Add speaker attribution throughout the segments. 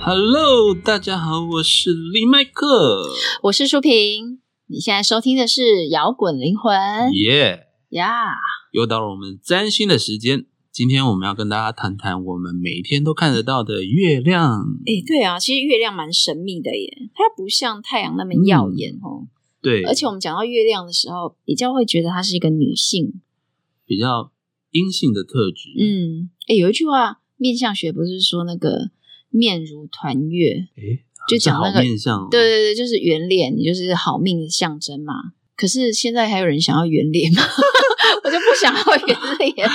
Speaker 1: Hello，大家好，我是李麦克，
Speaker 2: 我是舒平，你现在收听的是《摇滚灵魂》
Speaker 1: 耶、
Speaker 2: 呀。
Speaker 1: 又到了我们占星的时间。今天我们要跟大家谈谈我们每天都看得到的月亮。
Speaker 2: 哎，对啊，其实月亮蛮神秘的耶，它不像太阳那么耀眼哦。
Speaker 1: 对，
Speaker 2: 而且我们讲到月亮的时候，比较会觉得它是一个女性。
Speaker 1: 比较阴性的特质。
Speaker 2: 嗯，哎，有一句话，面相学不是说那个面如团月，
Speaker 1: 诶，
Speaker 2: 就讲那
Speaker 1: 好
Speaker 2: 个，
Speaker 1: 面相、哦。
Speaker 2: 对对对，就是圆脸，你就是好命的象征嘛。可是现在还有人想要圆脸吗？ 我就不想要圆脸。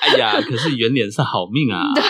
Speaker 1: 哎呀，可是圆脸是好命啊。
Speaker 2: 对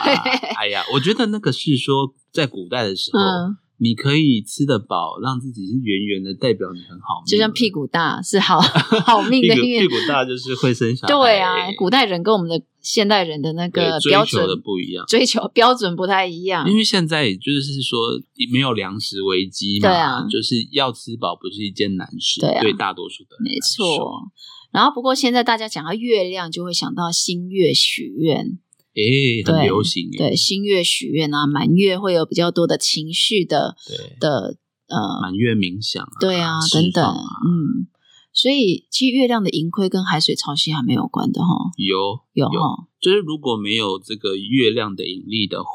Speaker 1: 哎呀，我觉得那个是说，在古代的时候，
Speaker 2: 嗯，
Speaker 1: 你可以吃得饱，让自己是圆圆的，代表你很好命。
Speaker 2: 就像屁股大是好 好命
Speaker 1: 屁
Speaker 2: 的
Speaker 1: 股
Speaker 2: 一面
Speaker 1: 屁股大就是会生小孩。
Speaker 2: 对啊，古代人跟我们的现代人的那
Speaker 1: 对
Speaker 2: 个
Speaker 1: 追
Speaker 2: 标
Speaker 1: 求
Speaker 2: 准
Speaker 1: 的不一样。嗯
Speaker 2: 追求标准不太一样
Speaker 1: 因。为现在也就是说没有粮食危机嘛，
Speaker 2: 对啊
Speaker 1: 就是要吃饱不是一件难事，
Speaker 2: 对啊
Speaker 1: 大多数的人
Speaker 2: 没
Speaker 1: 来说，
Speaker 2: 错。然后不过现在大家讲到月亮，就会想到新月许愿，
Speaker 1: 诶、很
Speaker 2: 对
Speaker 1: 流行耶，
Speaker 2: 对，新月许愿啊，满月会有比较多的情绪的
Speaker 1: 对，
Speaker 2: 的呃，
Speaker 1: 满月冥想啊，
Speaker 2: 对啊，
Speaker 1: 释
Speaker 2: 等等，
Speaker 1: 放啊
Speaker 2: 嗯。所以其实月亮的盈亏跟海水潮汐还没有关的哈，
Speaker 1: 有
Speaker 2: 有哈，
Speaker 1: 就是如果没有这个月亮的引力的话，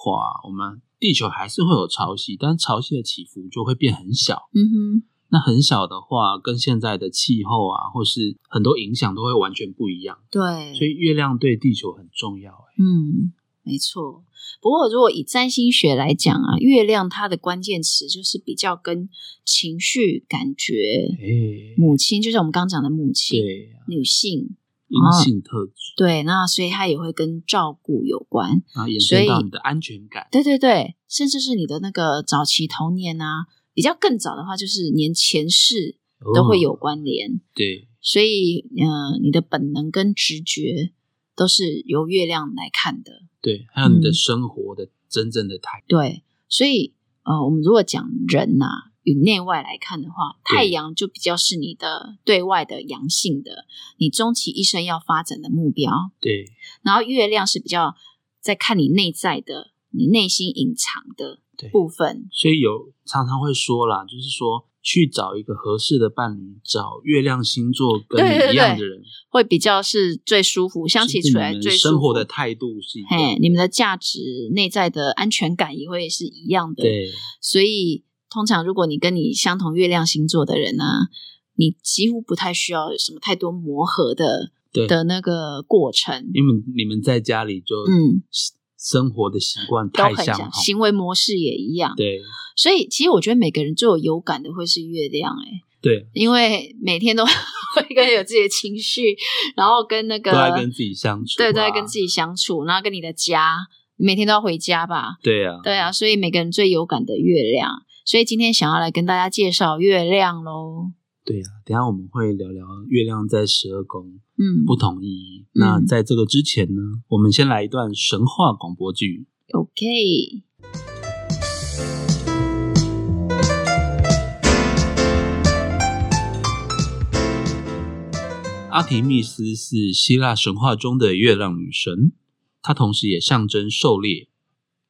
Speaker 1: 我们地球还是会有潮汐，但潮汐的起伏就会变很小。
Speaker 2: 嗯
Speaker 1: 那很小的话，跟现在的气候啊，或是很多影响都会完全不一样
Speaker 2: 哼，。对，
Speaker 1: 所以月亮对地球很重要耶。
Speaker 2: 嗯，没错。不过，如果以占星学来讲啊，月亮它的关键词就是比较跟情绪、感觉、
Speaker 1: 诶、
Speaker 2: 母亲，就像我们刚刚讲的母亲、
Speaker 1: 对啊，
Speaker 2: 女性，哦
Speaker 1: 阴性特质。
Speaker 2: 对，那所以它也会跟照顾有关。
Speaker 1: 然后延
Speaker 2: 所
Speaker 1: 伸
Speaker 2: 以
Speaker 1: 到你的安全感。
Speaker 2: 对对对，甚至是你的那个早期童年啊，比较更早的话，就是连前世都会有
Speaker 1: 哦
Speaker 2: 关联。
Speaker 1: 对，
Speaker 2: 所以，呃，你的本能跟直觉都是由月亮来看的。
Speaker 1: 对，还有你的
Speaker 2: 嗯
Speaker 1: 生活的真正的态度。
Speaker 2: 对，所以呃，我们如果讲人呐、与内外来看的话，
Speaker 1: 对
Speaker 2: 太阳就比较是你的对外的阳性的，你终其一生要发展的目标。
Speaker 1: 对，
Speaker 2: 然后月亮是比较在看你内在的，你内心隐藏的
Speaker 1: 对
Speaker 2: 部分。
Speaker 1: 所以有常常会说啦，就是说去找一个合适的伴侣，找月亮星座跟
Speaker 2: 对对
Speaker 1: 你
Speaker 2: 对
Speaker 1: 一样的人，
Speaker 2: 会比较是最舒服，相起
Speaker 1: 是
Speaker 2: 出来
Speaker 1: 你们
Speaker 2: 最舒服。
Speaker 1: 生活的态度是一
Speaker 2: 嘿
Speaker 1: 样，的。
Speaker 2: 你们的价值、内在的安全感也会是一样的。
Speaker 1: 对，
Speaker 2: 所以通常如果你跟你相同月亮星座的人呢、你几乎不太需要有什么太多磨合的
Speaker 1: 对
Speaker 2: 的那个过程，
Speaker 1: 因为你们在家里就
Speaker 2: 嗯，
Speaker 1: 生活的习惯
Speaker 2: 都
Speaker 1: 太
Speaker 2: 很
Speaker 1: 相同，
Speaker 2: 像，行为模式也一样。
Speaker 1: 对
Speaker 2: 所以其实我觉得每个人最有有感的会是月亮、欸，
Speaker 1: 对，
Speaker 2: 因为每天都 会跟有自己的情绪，然后跟那个
Speaker 1: 都在跟自己相处啊，
Speaker 2: 对都在跟自己相处，然后跟你的家，你每天都要回家吧？
Speaker 1: 对啊，
Speaker 2: 对啊，所以每个人最有感的月亮。所以今天想要来跟大家介绍月亮喽。
Speaker 1: 对啊。等一下我们会聊聊月亮在十二宫。
Speaker 2: 嗯，
Speaker 1: 不同意义。
Speaker 2: 嗯
Speaker 1: 那在这个之前呢，我们先来一段神话广播剧。
Speaker 2: OK，
Speaker 1: 阿提密斯是希腊神话中的月亮女神，她同时也象征狩猎。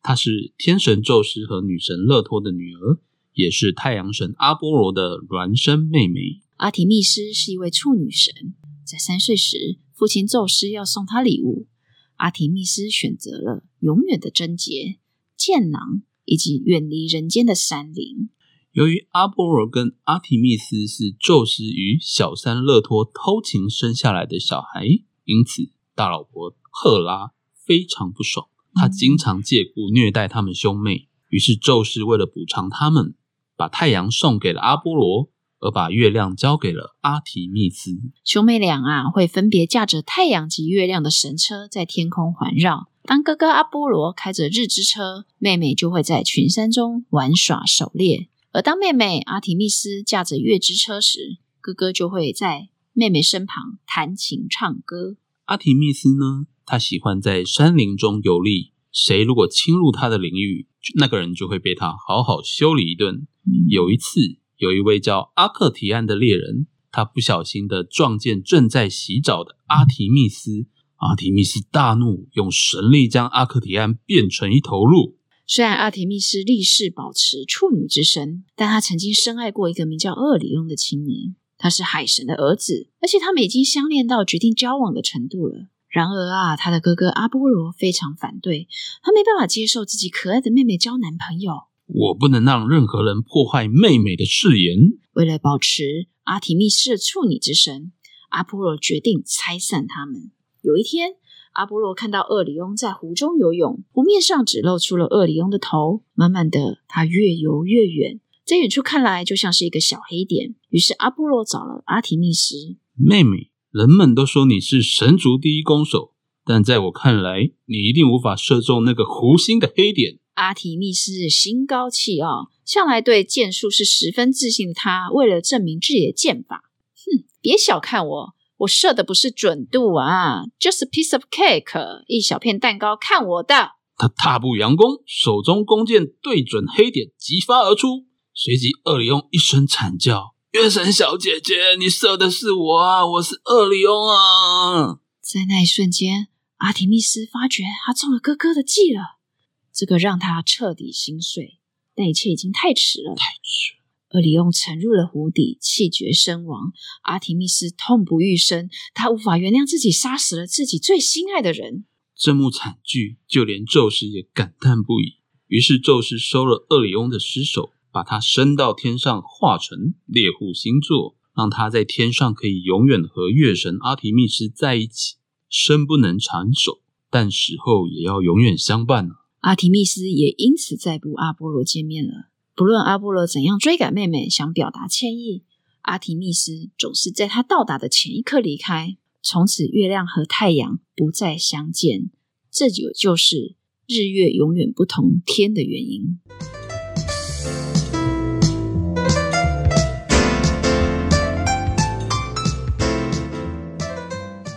Speaker 1: 她是天神宙斯和女神勒托的女儿，也是太阳神阿波罗的孪生妹妹。
Speaker 2: 阿提密斯是一位处女神，在三岁时，父亲宙斯要送她礼物，阿提密斯选择了永远的贞洁、健囊以及远离人间的山林。
Speaker 1: 由于阿波罗跟阿提密斯是宙斯与小三勒托偷情生下来的小孩，因此大老婆赫拉非常不爽，她经常借故虐待他们兄妹。于是宙斯为了补偿他们，把太阳送给了阿波罗，而把月亮交给了阿提密斯。
Speaker 2: 兄妹俩啊，会分别驾着太阳及月亮的神车在天空环绕。当哥哥阿波罗开着日之车，妹妹就会在群山中玩耍狩猎；而当妹妹阿提密斯驾着月之车时，哥哥就会在妹妹身旁弹琴唱歌。
Speaker 1: 阿提密斯呢，她喜欢在山林中游历，谁如果侵入她的领域，那个人就会被她好好修理一顿。有一次，有一位叫阿克提安的猎人，他不小心的撞见正在洗澡的阿提密斯。阿提密斯大怒，用神力将阿克提安变成一头鹿。
Speaker 2: 虽然阿提密斯立誓保持处女之身，但他曾经深爱过一个名叫厄里翁的青年，他是海神的儿子，而且他们已经相恋到决定交往的程度了。然而啊，他的哥哥阿波罗非常反对，他没办法接受自己可爱的妹妹交男朋友。
Speaker 1: 我不能让任何人破坏妹妹的誓言。
Speaker 2: 为了保持阿提密斯的处女之身，阿波罗决定拆散他们。有一天，阿波罗看到厄里翁在湖中游泳，湖面上只露出了厄里翁的头。慢慢的，他越游越远，在远处看来就像是一个小黑点。于是，阿波罗找了阿提密斯。
Speaker 1: 妹妹，人们都说你是神族第一弓手，但在我看来，你一定无法射中那个湖心的黑点。
Speaker 2: 阿提密斯心高气傲，向来对剑术是十分自信的他，为了证明自己的剑法，哼，别小看我，我射的不是准度啊，just a piece of cake，一小片蛋糕，看我的！
Speaker 1: 他踏步佯攻，手中弓箭对准黑点急发而出，随即厄里翁一声惨叫：“月神小姐姐，你射的是我啊！我是厄里翁啊
Speaker 2: 在那一瞬间，阿提密斯发觉他中了哥哥的计了，这个让他彻底心碎，但一切已经太迟了！”。
Speaker 1: 太迟了，
Speaker 2: 厄里翁沉入了湖底，气绝身亡。阿提密斯痛不欲生，他无法原谅自己杀死了自己最心爱的人。
Speaker 1: 这幕惨剧，就连宙斯也感叹不已。于是宙斯收了厄里翁的尸首，把他升到天上，化成猎户星座，让他在天上可以永远和月神阿提密斯在一起，生不能缠手，但死后也要永远相伴啊！
Speaker 2: 阿提密斯也因此再不阿波罗见面了。不论阿波罗怎样追赶妹妹，想表达歉意，阿提密斯总是在他到达的前一刻离开。从此，月亮和太阳不再相见，这就就是日月永远不同天的原因。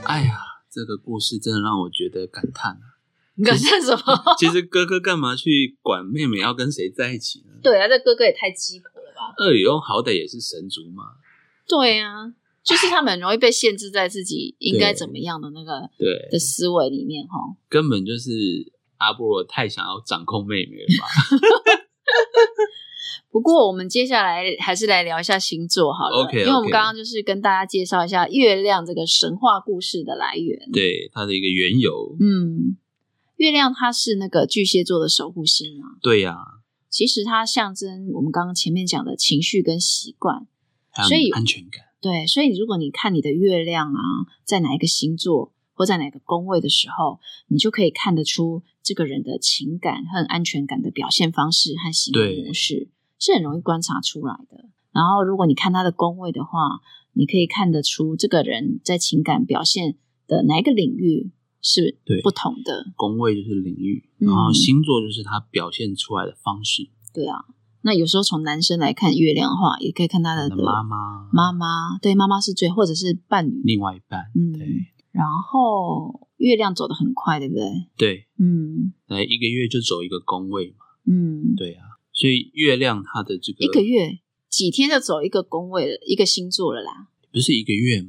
Speaker 1: 哎呀，这个故事真的让我觉得感叹啊！
Speaker 2: 你敢干什么？
Speaker 1: 其实哥哥干嘛去管妹妹要跟谁在一起呢？
Speaker 2: 对啊，这哥哥也太鸡婆了吧？
Speaker 1: 二里翁好歹也是神族嘛，
Speaker 2: 对啊，就是他们很容易被限制在自己应该怎么样的那个
Speaker 1: 对
Speaker 2: 的，思维里面哈。吼
Speaker 1: 根本就是阿波罗太想要掌控妹妹了吧？
Speaker 2: 不过，我们接下来还是来聊一下星座好了
Speaker 1: OK，OK
Speaker 2: 因为我们刚刚就是跟大家介绍一下月亮这个神话故事的来源。
Speaker 1: 对，他的一个缘由，
Speaker 2: 嗯，月亮它是那个巨蟹座的守护星啊，
Speaker 1: 对呀、
Speaker 2: 其实它象征我们刚刚前面讲的情绪跟习惯。
Speaker 1: 还有
Speaker 2: 所以
Speaker 1: 安全感，
Speaker 2: 对，所以如果你看你的月亮啊，在哪一个星座或在哪个宫位的时候，你就可以看得出这个人的情感和安全感的表现方式和行为
Speaker 1: 对
Speaker 2: 模式，是很容易观察出来的。然后，如果你看他的宫位的话，你可以看得出这个人在情感表现的哪一个领域是
Speaker 1: 对
Speaker 2: 不同的。
Speaker 1: 宫位就是领域，
Speaker 2: 嗯
Speaker 1: 然后星座就是他表现出来的方式，
Speaker 2: 对啊，那有时候从男生来看月亮的话，也可以看他
Speaker 1: 他
Speaker 2: 的
Speaker 1: 的妈妈，
Speaker 2: 嗯妈妈对妈妈是最，或者是伴侣，
Speaker 1: 另外一半，
Speaker 2: 嗯，
Speaker 1: 对
Speaker 2: 然后月亮走得很快，对不对？
Speaker 1: 对，
Speaker 2: 嗯
Speaker 1: 来一个月就走一个宫位嘛，
Speaker 2: 嗯，
Speaker 1: 对啊，所以月亮它的这个
Speaker 2: 一个月几天就走一个宫位了，一个星座了啦。
Speaker 1: 不是一个月吗？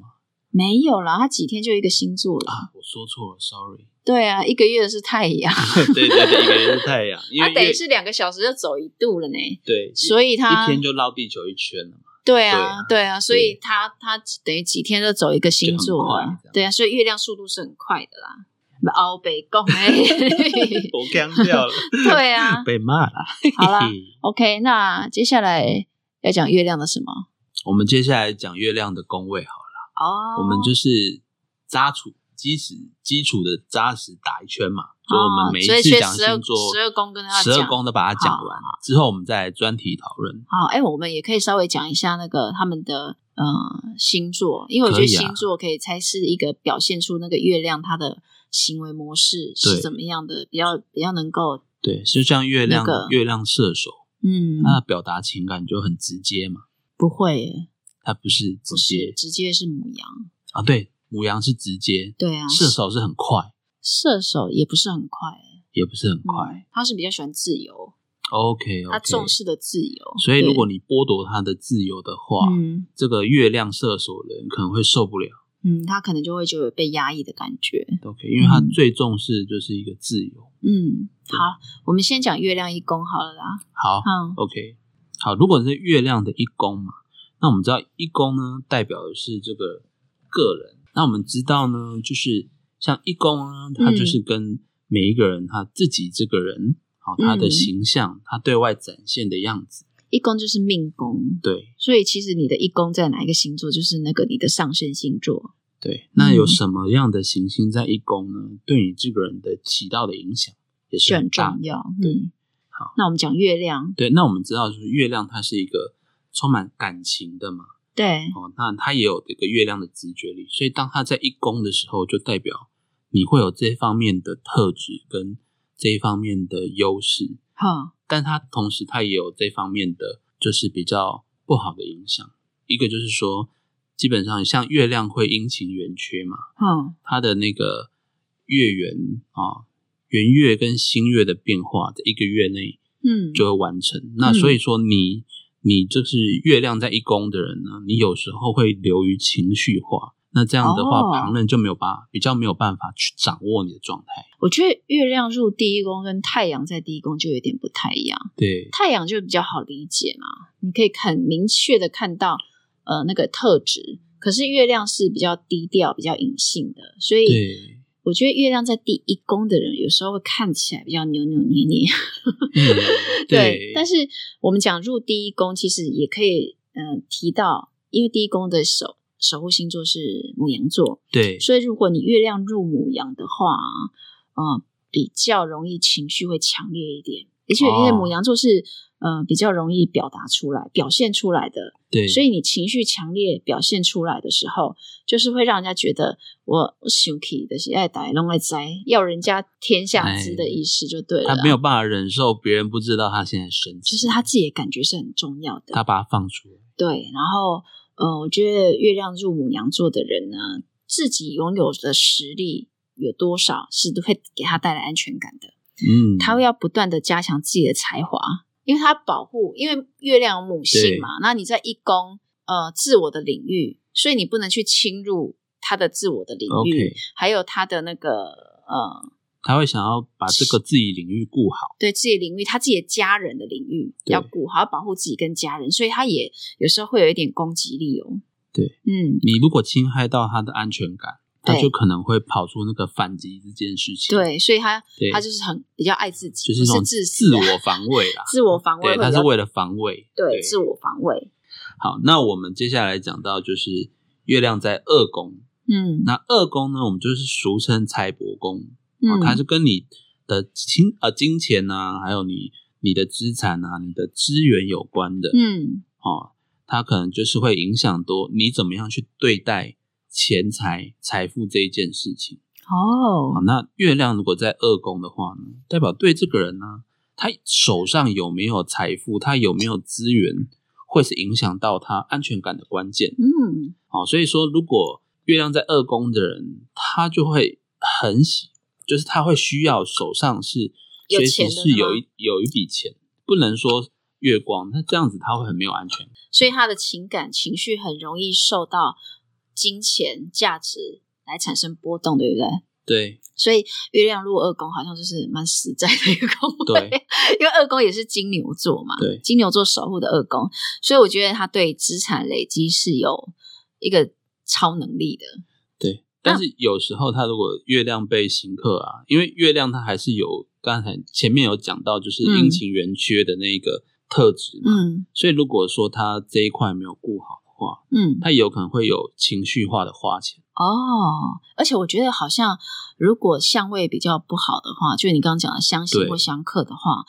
Speaker 2: 没有啦，它几天就一个星座了。
Speaker 1: 啊，我说错了，sorry。
Speaker 2: 对啊，一个月是太阳，
Speaker 1: 对对对，一个月是太阳， 因为月、
Speaker 2: 它啊等于是两个小时就走一度了呢。
Speaker 1: 对，
Speaker 2: 所
Speaker 1: 以
Speaker 2: 以它
Speaker 1: 一天就绕地球一圈 了嘛。
Speaker 2: 对
Speaker 1: 对
Speaker 2: 啊
Speaker 1: 啊，
Speaker 2: 对啊，所以
Speaker 1: 对
Speaker 2: 它它等于几天就走一个星座
Speaker 1: 就很
Speaker 2: 啊
Speaker 1: 快这。样
Speaker 2: 对啊，所以月亮速度是很快的啦。欧北共 哎，嘿
Speaker 1: 我刚掉 了，
Speaker 2: 对啊。
Speaker 1: 被骂了。
Speaker 2: 好啦
Speaker 1: 嘿嘿
Speaker 2: OK，那接下来要讲月亮的什么？
Speaker 1: 我们接下来讲月亮的宫位好了，
Speaker 2: 哦，
Speaker 1: 我们就是扎础基石基础的扎实打一圈嘛，就我们每一
Speaker 2: 哦所以
Speaker 1: 次讲星座
Speaker 2: 十二宫跟他
Speaker 1: 十二宫都把它
Speaker 2: 好
Speaker 1: 讲完之后，我们再来专题讨论。
Speaker 2: 好，哎、我们也可以稍微讲一下那个他们的呃星座，因为我觉得
Speaker 1: 可以啊
Speaker 2: 星座可以才是一个表现出那个月亮它的行为模式是
Speaker 1: 对
Speaker 2: 怎么样的，比较比较能够
Speaker 1: 对，就像月亮、
Speaker 2: 那个
Speaker 1: 月亮射手，
Speaker 2: 嗯，
Speaker 1: 他表达情感就很直接嘛，
Speaker 2: 不会耶
Speaker 1: 他不是直
Speaker 2: 不是
Speaker 1: 接
Speaker 2: 直接是母羊，
Speaker 1: 啊，对，母羊是直接，
Speaker 2: 对啊，
Speaker 1: 射手是很快，
Speaker 2: 射手也不是很快耶，
Speaker 1: 也不是很快。
Speaker 2: 嗯，他是比较喜欢自由，
Speaker 1: OK，
Speaker 2: 他重视的自由，
Speaker 1: 所以如
Speaker 2: 对
Speaker 1: 果你剥夺他的自由的话，
Speaker 2: 嗯
Speaker 1: 这个月亮射手人可能会受不了，
Speaker 2: 嗯，他可能就会就有被压抑的感觉。
Speaker 1: 都可以，因为他
Speaker 2: 嗯
Speaker 1: 最重视就是一个自由。
Speaker 2: 嗯，好，我们先讲月亮一宫好了啦。
Speaker 1: 好
Speaker 2: 嗯，
Speaker 1: ，OK，好，如果是月亮的一宫嘛，那我们知道一宫呢代表的是这个个人，那我们知道呢，就是像一宫
Speaker 2: 嗯
Speaker 1: 呢，它就是跟每一个人他自己这个人，好、他的
Speaker 2: 嗯
Speaker 1: 形象，他对外展现的样子，
Speaker 2: 一宫就是命宫，
Speaker 1: 对
Speaker 2: 所以其实你的一宫在哪一个星座，就是那个你的上升星座。
Speaker 1: 对。那有
Speaker 2: 嗯
Speaker 1: 什么样的行星在一宫呢？对你这个人的起到的影响也是
Speaker 2: 就很
Speaker 1: 很大
Speaker 2: 重要。
Speaker 1: 对
Speaker 2: 嗯，
Speaker 1: 好，
Speaker 2: 那我们讲月亮，
Speaker 1: 对，那我们知道，就是月亮它是一个充满感情的嘛，
Speaker 2: 对，
Speaker 1: 哦，那它也有这个月亮的直觉力，所以当它在一宫的时候，就代表你会有这方面的特质跟这一方面的优势，
Speaker 2: 哈，
Speaker 1: 但它同时它也有这方面的就是比较不好的影响。一个就是说，基本上像月亮会阴晴圆缺嘛，
Speaker 2: 哈，
Speaker 1: 它的那个月圆啊、圆月跟新月的变化，在一个月内
Speaker 2: 嗯，
Speaker 1: 就会完成。那所以说你，你就是月亮在一宫的人呢，你有时候会流于情绪化。那这样的话，
Speaker 2: 哦
Speaker 1: 旁人就没有办法，比较没有办法去掌握你的状态。
Speaker 2: 我觉得月亮入第一宫跟太阳在第一宫就有点不太一样。
Speaker 1: 对
Speaker 2: 太阳就比较好理解嘛，你可以很明确的看到呃那个特质。可是月亮是比较低调、比较隐性的，所以
Speaker 1: 对，
Speaker 2: 我觉得月亮在第一宫的人，有时候会看起来比较扭扭捏捏。
Speaker 1: 嗯
Speaker 2: 但是我们讲入第一宫，其实也可以嗯、呃提到，因为第一宫的守守护星座是母羊座，
Speaker 1: 对
Speaker 2: 所以如果你月亮入母羊的话，呃，比较容易情绪会强烈一点，而且因为
Speaker 1: 哦
Speaker 2: 母羊座是、呃比较容易表达出来、表现出来的，
Speaker 1: 对，
Speaker 2: 所以你情绪强烈表现出来的时候，就是会让人家觉得我我生气的是爱打弄爱栽，要人家天下知的意思就对了。
Speaker 1: 哎他没有办法忍受别人不知道他现在生气，
Speaker 2: 呃就是他自己的感觉是很重要的。
Speaker 1: 他把它放出来。
Speaker 2: 对，然后呃，我觉得月亮入母羊座的人呢，自己拥有的实力有多少，是都会给他带来安全感的。
Speaker 1: 嗯，
Speaker 2: 他会要不断的加强自己的才华，因为他保护，因为月亮有母性嘛，那你在一宫呃自我的领域，所以你不能去侵入他的自我的领域
Speaker 1: OK，
Speaker 2: 还有他的那个呃
Speaker 1: 他会想要把这个自己领域顾好。
Speaker 2: 对自己的领域，他自己的家人的领域
Speaker 1: 对
Speaker 2: 要顾好，要保护自己跟家人，所以他也有时候会有一点攻击力哦。
Speaker 1: 对，
Speaker 2: 嗯，
Speaker 1: 你如果侵害到他的安全感，他
Speaker 2: 对
Speaker 1: 就可能会跑出那个反击这件事情。
Speaker 2: 对，所以他
Speaker 1: 对，
Speaker 2: 他就是很比较爱自己，
Speaker 1: 就是一
Speaker 2: 不
Speaker 1: 种
Speaker 2: 是自私
Speaker 1: 自
Speaker 2: 啊。
Speaker 1: 我防卫啦
Speaker 2: 自我 防卫
Speaker 1: 对，
Speaker 2: 会比较，
Speaker 1: 他是为了防卫。
Speaker 2: 对自我防卫。
Speaker 1: 好，那我们接下来讲到就是月亮在二宫，
Speaker 2: 嗯，
Speaker 1: 那二宫呢，我们就是俗称财帛宫，哦
Speaker 2: 嗯，
Speaker 1: 它是跟你的金呃金钱啊，还有你你的资产啊、你的资源有关的，
Speaker 2: 嗯
Speaker 1: 哦，它可能就是会影响多你怎么样去对待钱财、财富这一件事情。
Speaker 2: 哦
Speaker 1: 好，那月亮如果在二宫的话呢，代表对这个人呢、他手上有没有财富，他有没有资源，会是影响到他安全感的关键。
Speaker 2: 嗯，
Speaker 1: 好，所以说如果月亮在二宫的人，他就会很喜，就是他会需要手上是
Speaker 2: 有
Speaker 1: 随
Speaker 2: 钱
Speaker 1: 时
Speaker 2: 的
Speaker 1: 是有
Speaker 2: 吗
Speaker 1: 一有一笔钱，不能说月光，那这样子他会很没有安全感。
Speaker 2: 所以他的情感情绪很容易受到金钱价值来产生波动，对不对？
Speaker 1: 对
Speaker 2: 所以月亮入二宫好像就是蛮实在的一个宫位，
Speaker 1: 对
Speaker 2: 因为二宫也是金牛座嘛，
Speaker 1: 对
Speaker 2: 金牛座守护的二宫，所以我觉得他对资产累积是有一个超能力的，
Speaker 1: 对，
Speaker 2: 嗯
Speaker 1: 但是有时候他如果月亮被刑克啊，因为月亮它还是有刚才前面有讲到，就是阴晴圆缺的那个特质嘛，
Speaker 2: 嗯
Speaker 1: 所以如果说他这一块没有顾好的话，
Speaker 2: 嗯，
Speaker 1: 他也有可能会有情绪化的花钱。
Speaker 2: 哦，而且我觉得好像如果相位比较不好的话，就是你刚刚讲的相刑
Speaker 1: 对
Speaker 2: 或相克的话，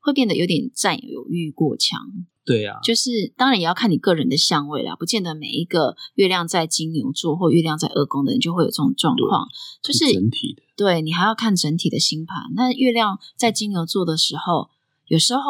Speaker 2: 会变得有点占有欲过强，
Speaker 1: 对啊，
Speaker 2: 就是当然也要看你个人的相位啦，不见得每一个月亮在金牛座或月亮在二宫的人就会有这种状况，就是
Speaker 1: 整体的。
Speaker 2: 对你还要看整体的星盘。那月亮在金牛座的时候，有时候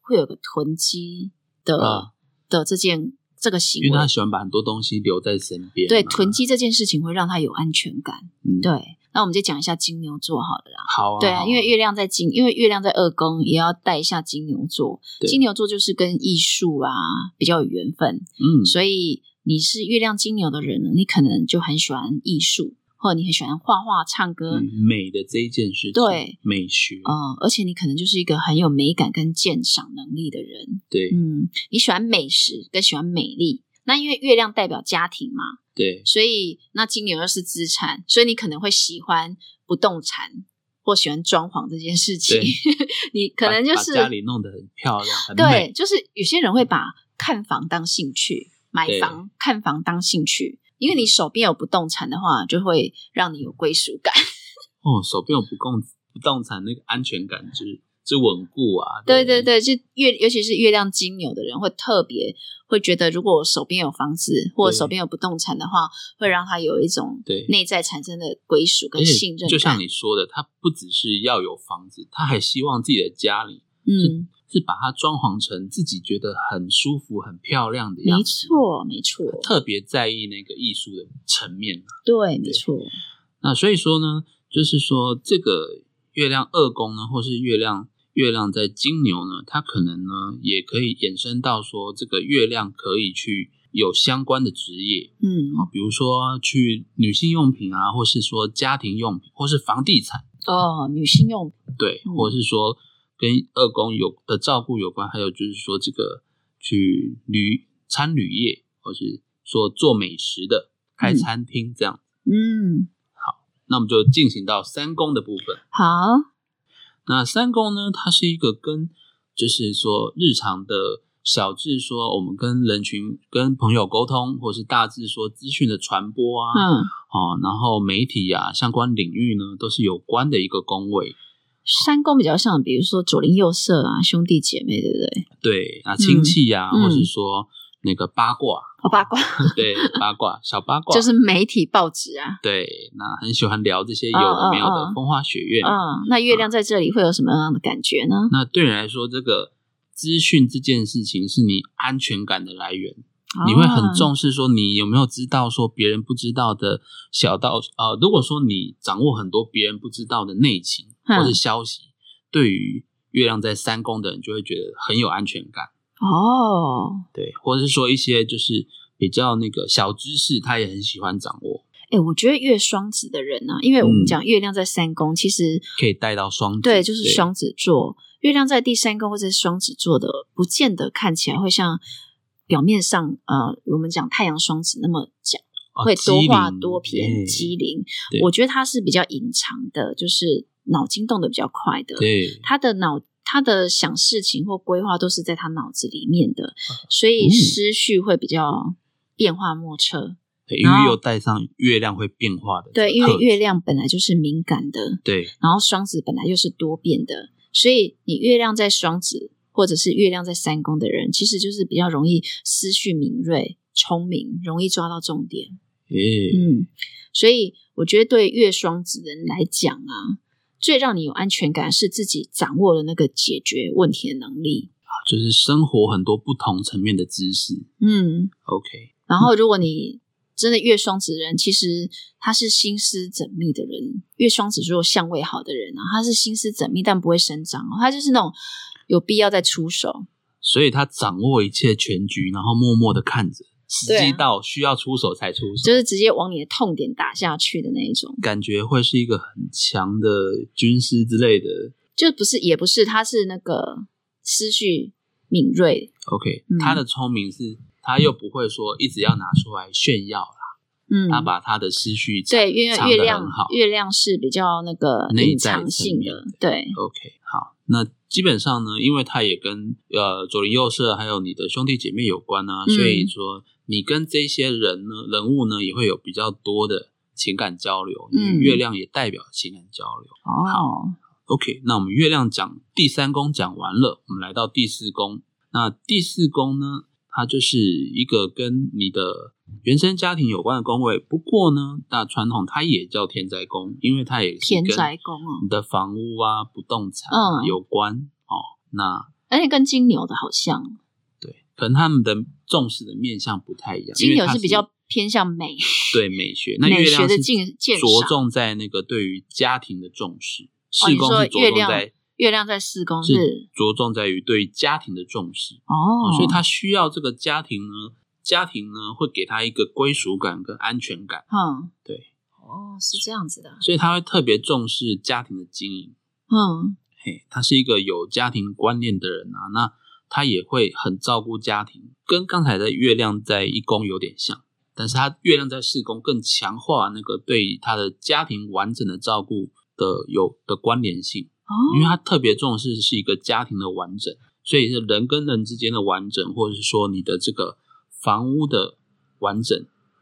Speaker 2: 会有个囤积的、
Speaker 1: 啊
Speaker 2: 的这件这个
Speaker 1: 因
Speaker 2: 行
Speaker 1: 为
Speaker 2: 为
Speaker 1: 他，喜欢把很多东西留在身边、
Speaker 2: 对囤，积这件事情会让他有安全感。
Speaker 1: 嗯，
Speaker 2: 对，那我们就讲一下金牛座好了啦。
Speaker 1: 好啊，
Speaker 2: 对
Speaker 1: 好
Speaker 2: 啊，因为月亮在金，因为月亮在二宫，也要带一下金牛座。
Speaker 1: 对
Speaker 2: 金牛座就是跟艺术啊比较有缘分，
Speaker 1: 嗯，
Speaker 2: 所以你是月亮金牛的人呢，你可能就很喜欢艺术，或者你很喜欢画画、唱歌，
Speaker 1: 嗯美的这一件事情，
Speaker 2: 对
Speaker 1: 美学，
Speaker 2: 呃，而且你可能就是一个很有美感跟鉴赏能力的人。
Speaker 1: 对
Speaker 2: 嗯，你喜欢美食跟喜欢美丽。那因为月亮代表家庭嘛，
Speaker 1: 对
Speaker 2: 所以那金牛又是资产，所以你可能会喜欢不动产或喜欢装潢这件事情
Speaker 1: 对。
Speaker 2: 你可能
Speaker 1: 把
Speaker 2: 就
Speaker 1: 把
Speaker 2: 是
Speaker 1: 家里弄得很漂亮，很
Speaker 2: 对，
Speaker 1: 美，
Speaker 2: 就是有些人会把看房当兴趣，买
Speaker 1: 对
Speaker 2: 房看房当兴趣，因为你手边有不动产的话，就会让你有归属感。
Speaker 1: 哦，手边有不动不动产那个安全感之之稳固啊，
Speaker 2: 对对对，就月尤其是月亮金牛的人，会特别会觉得，如果我手边有房子或者
Speaker 1: 对
Speaker 2: 手边有不动产的话，会让他有一种
Speaker 1: 对
Speaker 2: 内在产生的归属
Speaker 1: 而
Speaker 2: 跟信
Speaker 1: 且
Speaker 2: 任
Speaker 1: 就像
Speaker 2: 感。
Speaker 1: 你说的，他不只是要有房子，他还希望自己的家里
Speaker 2: 嗯，
Speaker 1: 是把它装潢成自己觉得很舒服、很漂亮的
Speaker 2: 没
Speaker 1: 样子。
Speaker 2: 错，没错，
Speaker 1: 特别在意那个艺术的层面。啊
Speaker 2: 对，没错，
Speaker 1: 那所以说呢，就是说这个月亮二宫呢，或是月亮月亮在金牛呢，它可能呢也可以衍生到说，这个月亮可以去有相关的职业
Speaker 2: 嗯，
Speaker 1: 啊，比如说去女性用品啊，或是说家庭用品，或是房地产，
Speaker 2: 哦，女性用品，
Speaker 1: 对，
Speaker 2: 嗯
Speaker 1: 或是说跟二宫有的照顾有关，还有就是说这个去旅餐旅业，或是说做美食的。开
Speaker 2: 嗯
Speaker 1: 餐厅这样，
Speaker 2: 嗯，
Speaker 1: 那我们就进行到三宫的部分。
Speaker 2: 好，
Speaker 1: 那三宫呢，它是一个跟就是说日常的小至说我们跟人群、跟朋友沟通，或是大致说资讯的传播啊，
Speaker 2: 嗯，
Speaker 1: 哦，然后媒体啊相关领域呢都是有关的一个宫位。
Speaker 2: 三宫比较像，比如说左邻右舍啊，兄弟姐妹，对不对？
Speaker 1: 对，那亲戚呀、
Speaker 2: 嗯
Speaker 1: 或是说那个八卦，
Speaker 2: 哦，八卦
Speaker 1: 对八卦小八卦，
Speaker 2: 就是媒体报纸啊，
Speaker 1: 对，那很喜欢聊这些有的没有
Speaker 2: 嗯嗯
Speaker 1: 的
Speaker 2: 嗯
Speaker 1: 风花雪月。
Speaker 2: 嗯，那月亮在这里会有什么样的感觉呢？
Speaker 1: 那对你来说，这个资讯这件事情是你安全感的来源。你会很
Speaker 2: 哦
Speaker 1: 重视说你有没有知道说别人不知道的小道呃，如果说你掌握很多别人不知道的内情
Speaker 2: 嗯
Speaker 1: 或者消息，对于月亮在三宫的人就会觉得很有安全感，
Speaker 2: 哦，
Speaker 1: 对，或者是说一些就是比较那个小知识，他也很喜欢掌握，
Speaker 2: 哎，我觉得月双子的人呢、啊，因为我
Speaker 1: 嗯
Speaker 2: 们讲月亮在三宫，其实
Speaker 1: 可以带到双子，
Speaker 2: 对，就是双子座，月亮在第三宫或者是双子座的，不见得看起来会像表面上呃，我们讲太阳双子那么讲。
Speaker 1: 哦
Speaker 2: 会多
Speaker 1: 机
Speaker 2: 话
Speaker 1: 灵
Speaker 2: 多
Speaker 1: 哎
Speaker 2: 偏机灵
Speaker 1: 对。
Speaker 2: 我觉得他是比较隐藏的，就是脑筋动得比较快的。
Speaker 1: 对，
Speaker 2: 他的脑，他的想事情或规划都是在他脑子里面的，所
Speaker 1: 嗯
Speaker 2: 以思绪会比较变化莫测。
Speaker 1: 对因为
Speaker 2: 然后
Speaker 1: 又带上月亮会变化的这个特
Speaker 2: 对，
Speaker 1: 质，
Speaker 2: 因为月亮本来就是敏感的，
Speaker 1: 对
Speaker 2: 然后双子本来又是多变的，所以你月亮在双子或者是月亮在三宫的人，其实就是比较容易思绪敏锐、聪明，容易抓到重点。
Speaker 1: 诶、
Speaker 2: 嗯，所以我觉得对月双子人来讲啊，最让你有安全感是自己掌握了那个解决问题的能力。
Speaker 1: 就是生活很多不同层面的知识
Speaker 2: 嗯，
Speaker 1: ，OK。
Speaker 2: 然后如果你真的月双子人，其实他是心思缜密的人。月双子座相位好的人啊，他是心思缜密但不会伸张哦，他就是那种有必要再出手。
Speaker 1: 所以他掌握一切全局，然后默默的看着，时
Speaker 2: 对啊
Speaker 1: 机到需要出手才出手，
Speaker 2: 就是直接往你的痛点打下去的那一种，
Speaker 1: 感觉会是一个很强的军师之类的。
Speaker 2: 就不是也不是，他是那个思绪敏锐，
Speaker 1: OK，、
Speaker 2: 嗯
Speaker 1: 他的聪明是，他又不会说一直要拿出来炫耀啦，
Speaker 2: 嗯，
Speaker 1: 他把他的思绪藏
Speaker 2: 对，因
Speaker 1: 藏
Speaker 2: 为
Speaker 1: 得
Speaker 2: 月亮
Speaker 1: 很好。
Speaker 2: 月亮是比较那个
Speaker 1: 内
Speaker 2: 隐
Speaker 1: 在
Speaker 2: 藏
Speaker 1: 层
Speaker 2: 性
Speaker 1: 面
Speaker 2: 的，对，
Speaker 1: OK，好，那基本上呢，因为它也跟呃左邻右舍还有你的兄弟姐妹有关啊，
Speaker 2: 嗯
Speaker 1: 所以说你跟这些人呢人物呢也会有比较多的情感交流。
Speaker 2: 嗯
Speaker 1: 月亮也代表情感交流。
Speaker 2: 哦，
Speaker 1: OK，那我们月亮讲第三宫讲完了，我们来到第四宫。那第四宫呢，它就是一个跟你的原生家庭有关的宫位。不过呢，那传统它也叫天灾宫，因为它也是
Speaker 2: 田
Speaker 1: 跟
Speaker 2: 宅宫哦
Speaker 1: 你的房屋啊、不动产啊、
Speaker 2: 嗯
Speaker 1: 有关哦。那
Speaker 2: 而且跟金牛的好像，
Speaker 1: 对，可能他们的重视的面向不太一样。
Speaker 2: 金
Speaker 1: 因为
Speaker 2: 牛
Speaker 1: 它
Speaker 2: 是比较偏向美，
Speaker 1: 对美学，那
Speaker 2: 美
Speaker 1: 月亮
Speaker 2: 学的
Speaker 1: 是
Speaker 2: 鉴鉴
Speaker 1: 着
Speaker 2: 赏
Speaker 1: 重在那个对于家庭的重视。
Speaker 2: 哦
Speaker 1: 四
Speaker 2: 你
Speaker 1: 宫
Speaker 2: 说
Speaker 1: 是着
Speaker 2: 月
Speaker 1: 重
Speaker 2: 亮
Speaker 1: 在
Speaker 2: 月亮在四宫
Speaker 1: 是
Speaker 2: 是
Speaker 1: 着重在于对家庭的重视，
Speaker 2: 哦，
Speaker 1: 所以他需要这个家庭呢家庭呢会给他一个归属感跟安全感，
Speaker 2: 嗯，
Speaker 1: 对，
Speaker 2: 哦，是这样子的，
Speaker 1: 所以他会特别重视家庭的经营。
Speaker 2: 嗯
Speaker 1: 嘿，他是一个有家庭观念的人啊，那他也会很照顾家庭，跟刚才的月亮在一宫有点像，但是他月亮在四宫更强化那个对他的家庭完整的照顾的有的关联性，
Speaker 2: 哦，
Speaker 1: 因为他特别重视是一个家庭的完整，所以是人跟人之间的完整，或者是说你的这个房屋的完整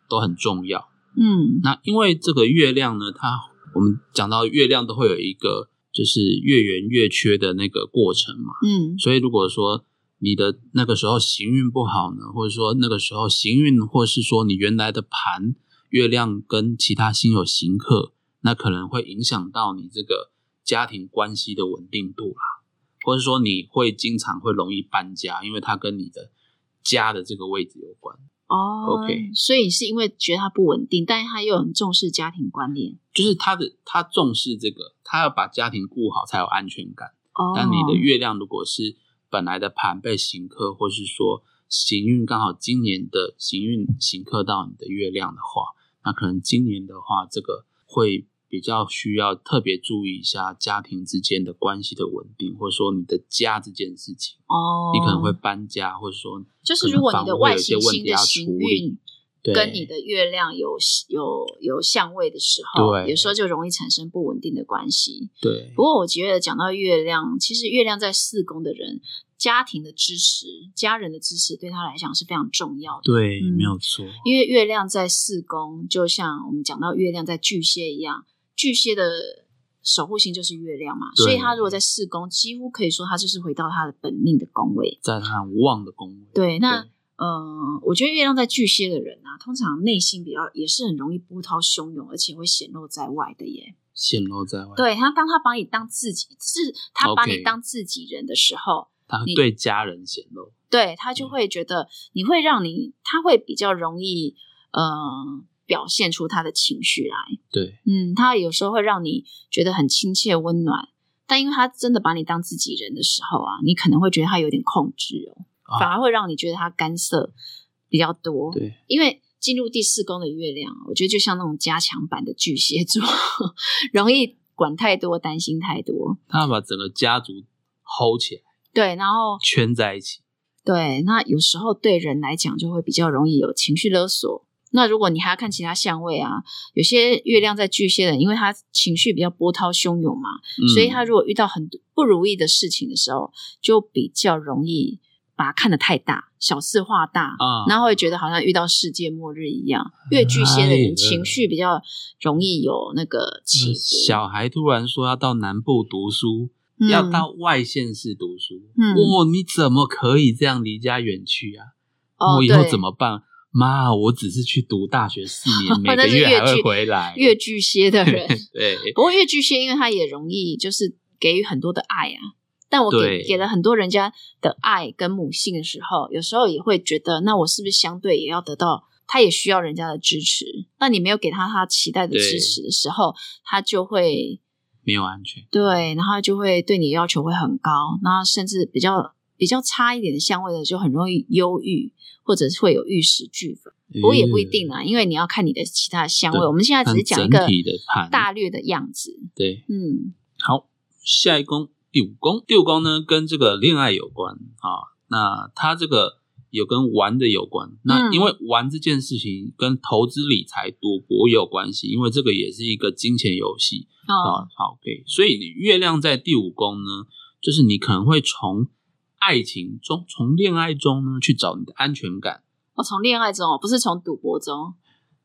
Speaker 1: 都很重要。
Speaker 2: 嗯
Speaker 1: 那因为这个月亮呢，它我们讲到月亮都会有一个就是月圆月缺的那个过程嘛，
Speaker 2: 嗯
Speaker 1: 所以如果说你的那个时候行运不好呢，或者说那个时候行运，或是说你原来的盘月亮跟其他星有行克，那可能会影响到你这个家庭关系的稳定度啦，或者说你会经常会容易搬家，因为它跟你的家的这个位置有关。
Speaker 2: 哦
Speaker 1: OK
Speaker 2: 所以是因为觉得他不稳定，但是他又很重视家庭观念。
Speaker 1: 就是他的他重视这个，他要把家庭顾好才有安全感。
Speaker 2: 哦，
Speaker 1: 但你的月亮如果是本来的盘被行克，或是说行运刚好今年的行运行克到你的月亮的话，那可能今年的话，这个会比较需要特别注意一下家庭之间的关系的稳定，或者说你的家这件事情，
Speaker 2: 哦，
Speaker 1: 你可能会搬家，或者说
Speaker 2: 就是如果你的
Speaker 1: 可能房屋有
Speaker 2: 外行
Speaker 1: 一些问
Speaker 2: 星
Speaker 1: 题
Speaker 2: 的
Speaker 1: 要
Speaker 2: 行
Speaker 1: 处
Speaker 2: 运
Speaker 1: 理对
Speaker 2: 跟你的月亮有有有相位的时候，
Speaker 1: 对
Speaker 2: 有时候就容易产生不稳定的关系。
Speaker 1: 对
Speaker 2: 不过我觉得讲到月亮，其实月亮在四宫的人，家庭的支持、家人的支持对他来讲是非常重要的。
Speaker 1: 对，
Speaker 2: 嗯
Speaker 1: 没有错，
Speaker 2: 因为月亮在四宫，就像我们讲到月亮在巨蟹一样，巨蟹的守护星就是月亮嘛，
Speaker 1: 对
Speaker 2: 所以它如果在四宫，几乎可以说它就是回到它的本命的宫位。
Speaker 1: 在他很旺的宫位，
Speaker 2: 对，那呃，我觉得月亮在巨蟹的人啊，通常内心比较也是很容易波涛汹涌，而且会显露在外的耶。
Speaker 1: 显露在外。
Speaker 2: 对他，当他把你当自己，是他把你
Speaker 1: OK
Speaker 2: 当自己人的时候
Speaker 1: 他
Speaker 2: 你
Speaker 1: 对家人显露，
Speaker 2: 对他
Speaker 1: 嗯
Speaker 2: 就会觉得你会让你，他会比较容易呃表现出他的情绪来。
Speaker 1: 对
Speaker 2: 嗯，他有时候会让你觉得很亲切温暖，但因为他真的把你当自己人的时候啊，你可能会觉得他有点控制哦，
Speaker 1: 啊
Speaker 2: 反而会让你觉得他干涉比较多。
Speaker 1: 对，
Speaker 2: 因为进入第四宫的月亮，啊我觉得就像那种加强版的巨蟹座， 容易管太多，担心太多。
Speaker 1: 他把整个家族 hold 起来，
Speaker 2: 对，然后
Speaker 1: 圈在一起。
Speaker 2: 对，那有时候对人来讲就会比较容易有情绪勒索。那如果你还要看其他相位啊，有些月亮在巨蟹的人，因为他情绪比较波涛汹涌嘛，
Speaker 1: 嗯
Speaker 2: 所以他如果遇到很多不如意的事情的时候，就比较容易把它看得太大，小事化大，
Speaker 1: 啊，
Speaker 2: 然后会觉得好像遇到世界末日一样。越巨蟹的
Speaker 1: 哎
Speaker 2: 人
Speaker 1: 呀
Speaker 2: 情绪比较容易有那个起
Speaker 1: 嗯
Speaker 2: 伏，
Speaker 1: 小孩突然说要到南部读书，
Speaker 2: 嗯
Speaker 1: 要到外县市读书，
Speaker 2: 嗯
Speaker 1: 哇，你怎么可以这样离家远去啊？
Speaker 2: 哦，
Speaker 1: 我以后
Speaker 2: 对
Speaker 1: 怎么办？妈，我只是去读大学四 年，每
Speaker 2: 那
Speaker 1: 个
Speaker 2: 是
Speaker 1: 月
Speaker 2: 越
Speaker 1: 还会
Speaker 2: 剧
Speaker 1: 回来。
Speaker 2: 越巨蟹的人
Speaker 1: 对
Speaker 2: 不过越巨蟹，因为他也容易就是给予很多的爱啊。但我给
Speaker 1: 对
Speaker 2: 给了很多人家的爱跟母性的时候，有时候也会觉得，那我是不是相对也要得到？他也需要人家的支持。那你没有给他他期待的
Speaker 1: 对
Speaker 2: 支持的时候，他就会
Speaker 1: 没有安全，
Speaker 2: 对，然后他就会对你要求会很高，那甚至比较比较差一点的相位的，就很容易忧郁，或者是会有玉石俱焚。不过也不一定啦，因为你要看你的其他的相位。
Speaker 1: 嗯对
Speaker 2: 我们现在只是
Speaker 1: 看
Speaker 2: 讲一
Speaker 1: 整
Speaker 2: 个
Speaker 1: 体的盘
Speaker 2: 大略的样子，
Speaker 1: 呃对。
Speaker 2: 嗯。
Speaker 1: 好，下一宫第五宫，第五宫呢跟这个恋爱有关啊。那它这个有跟玩的有关，那
Speaker 2: 嗯
Speaker 1: 因为玩这件事情跟投资理财、赌博也有关系，因为这个也是一个金钱游戏
Speaker 2: 哦，
Speaker 1: 啊。好，OK，所以你月亮在第五宫呢，就是你可能会从爱情中、从恋爱中呢去找你的安全感，
Speaker 2: 我从恋爱中哦，不是从赌博中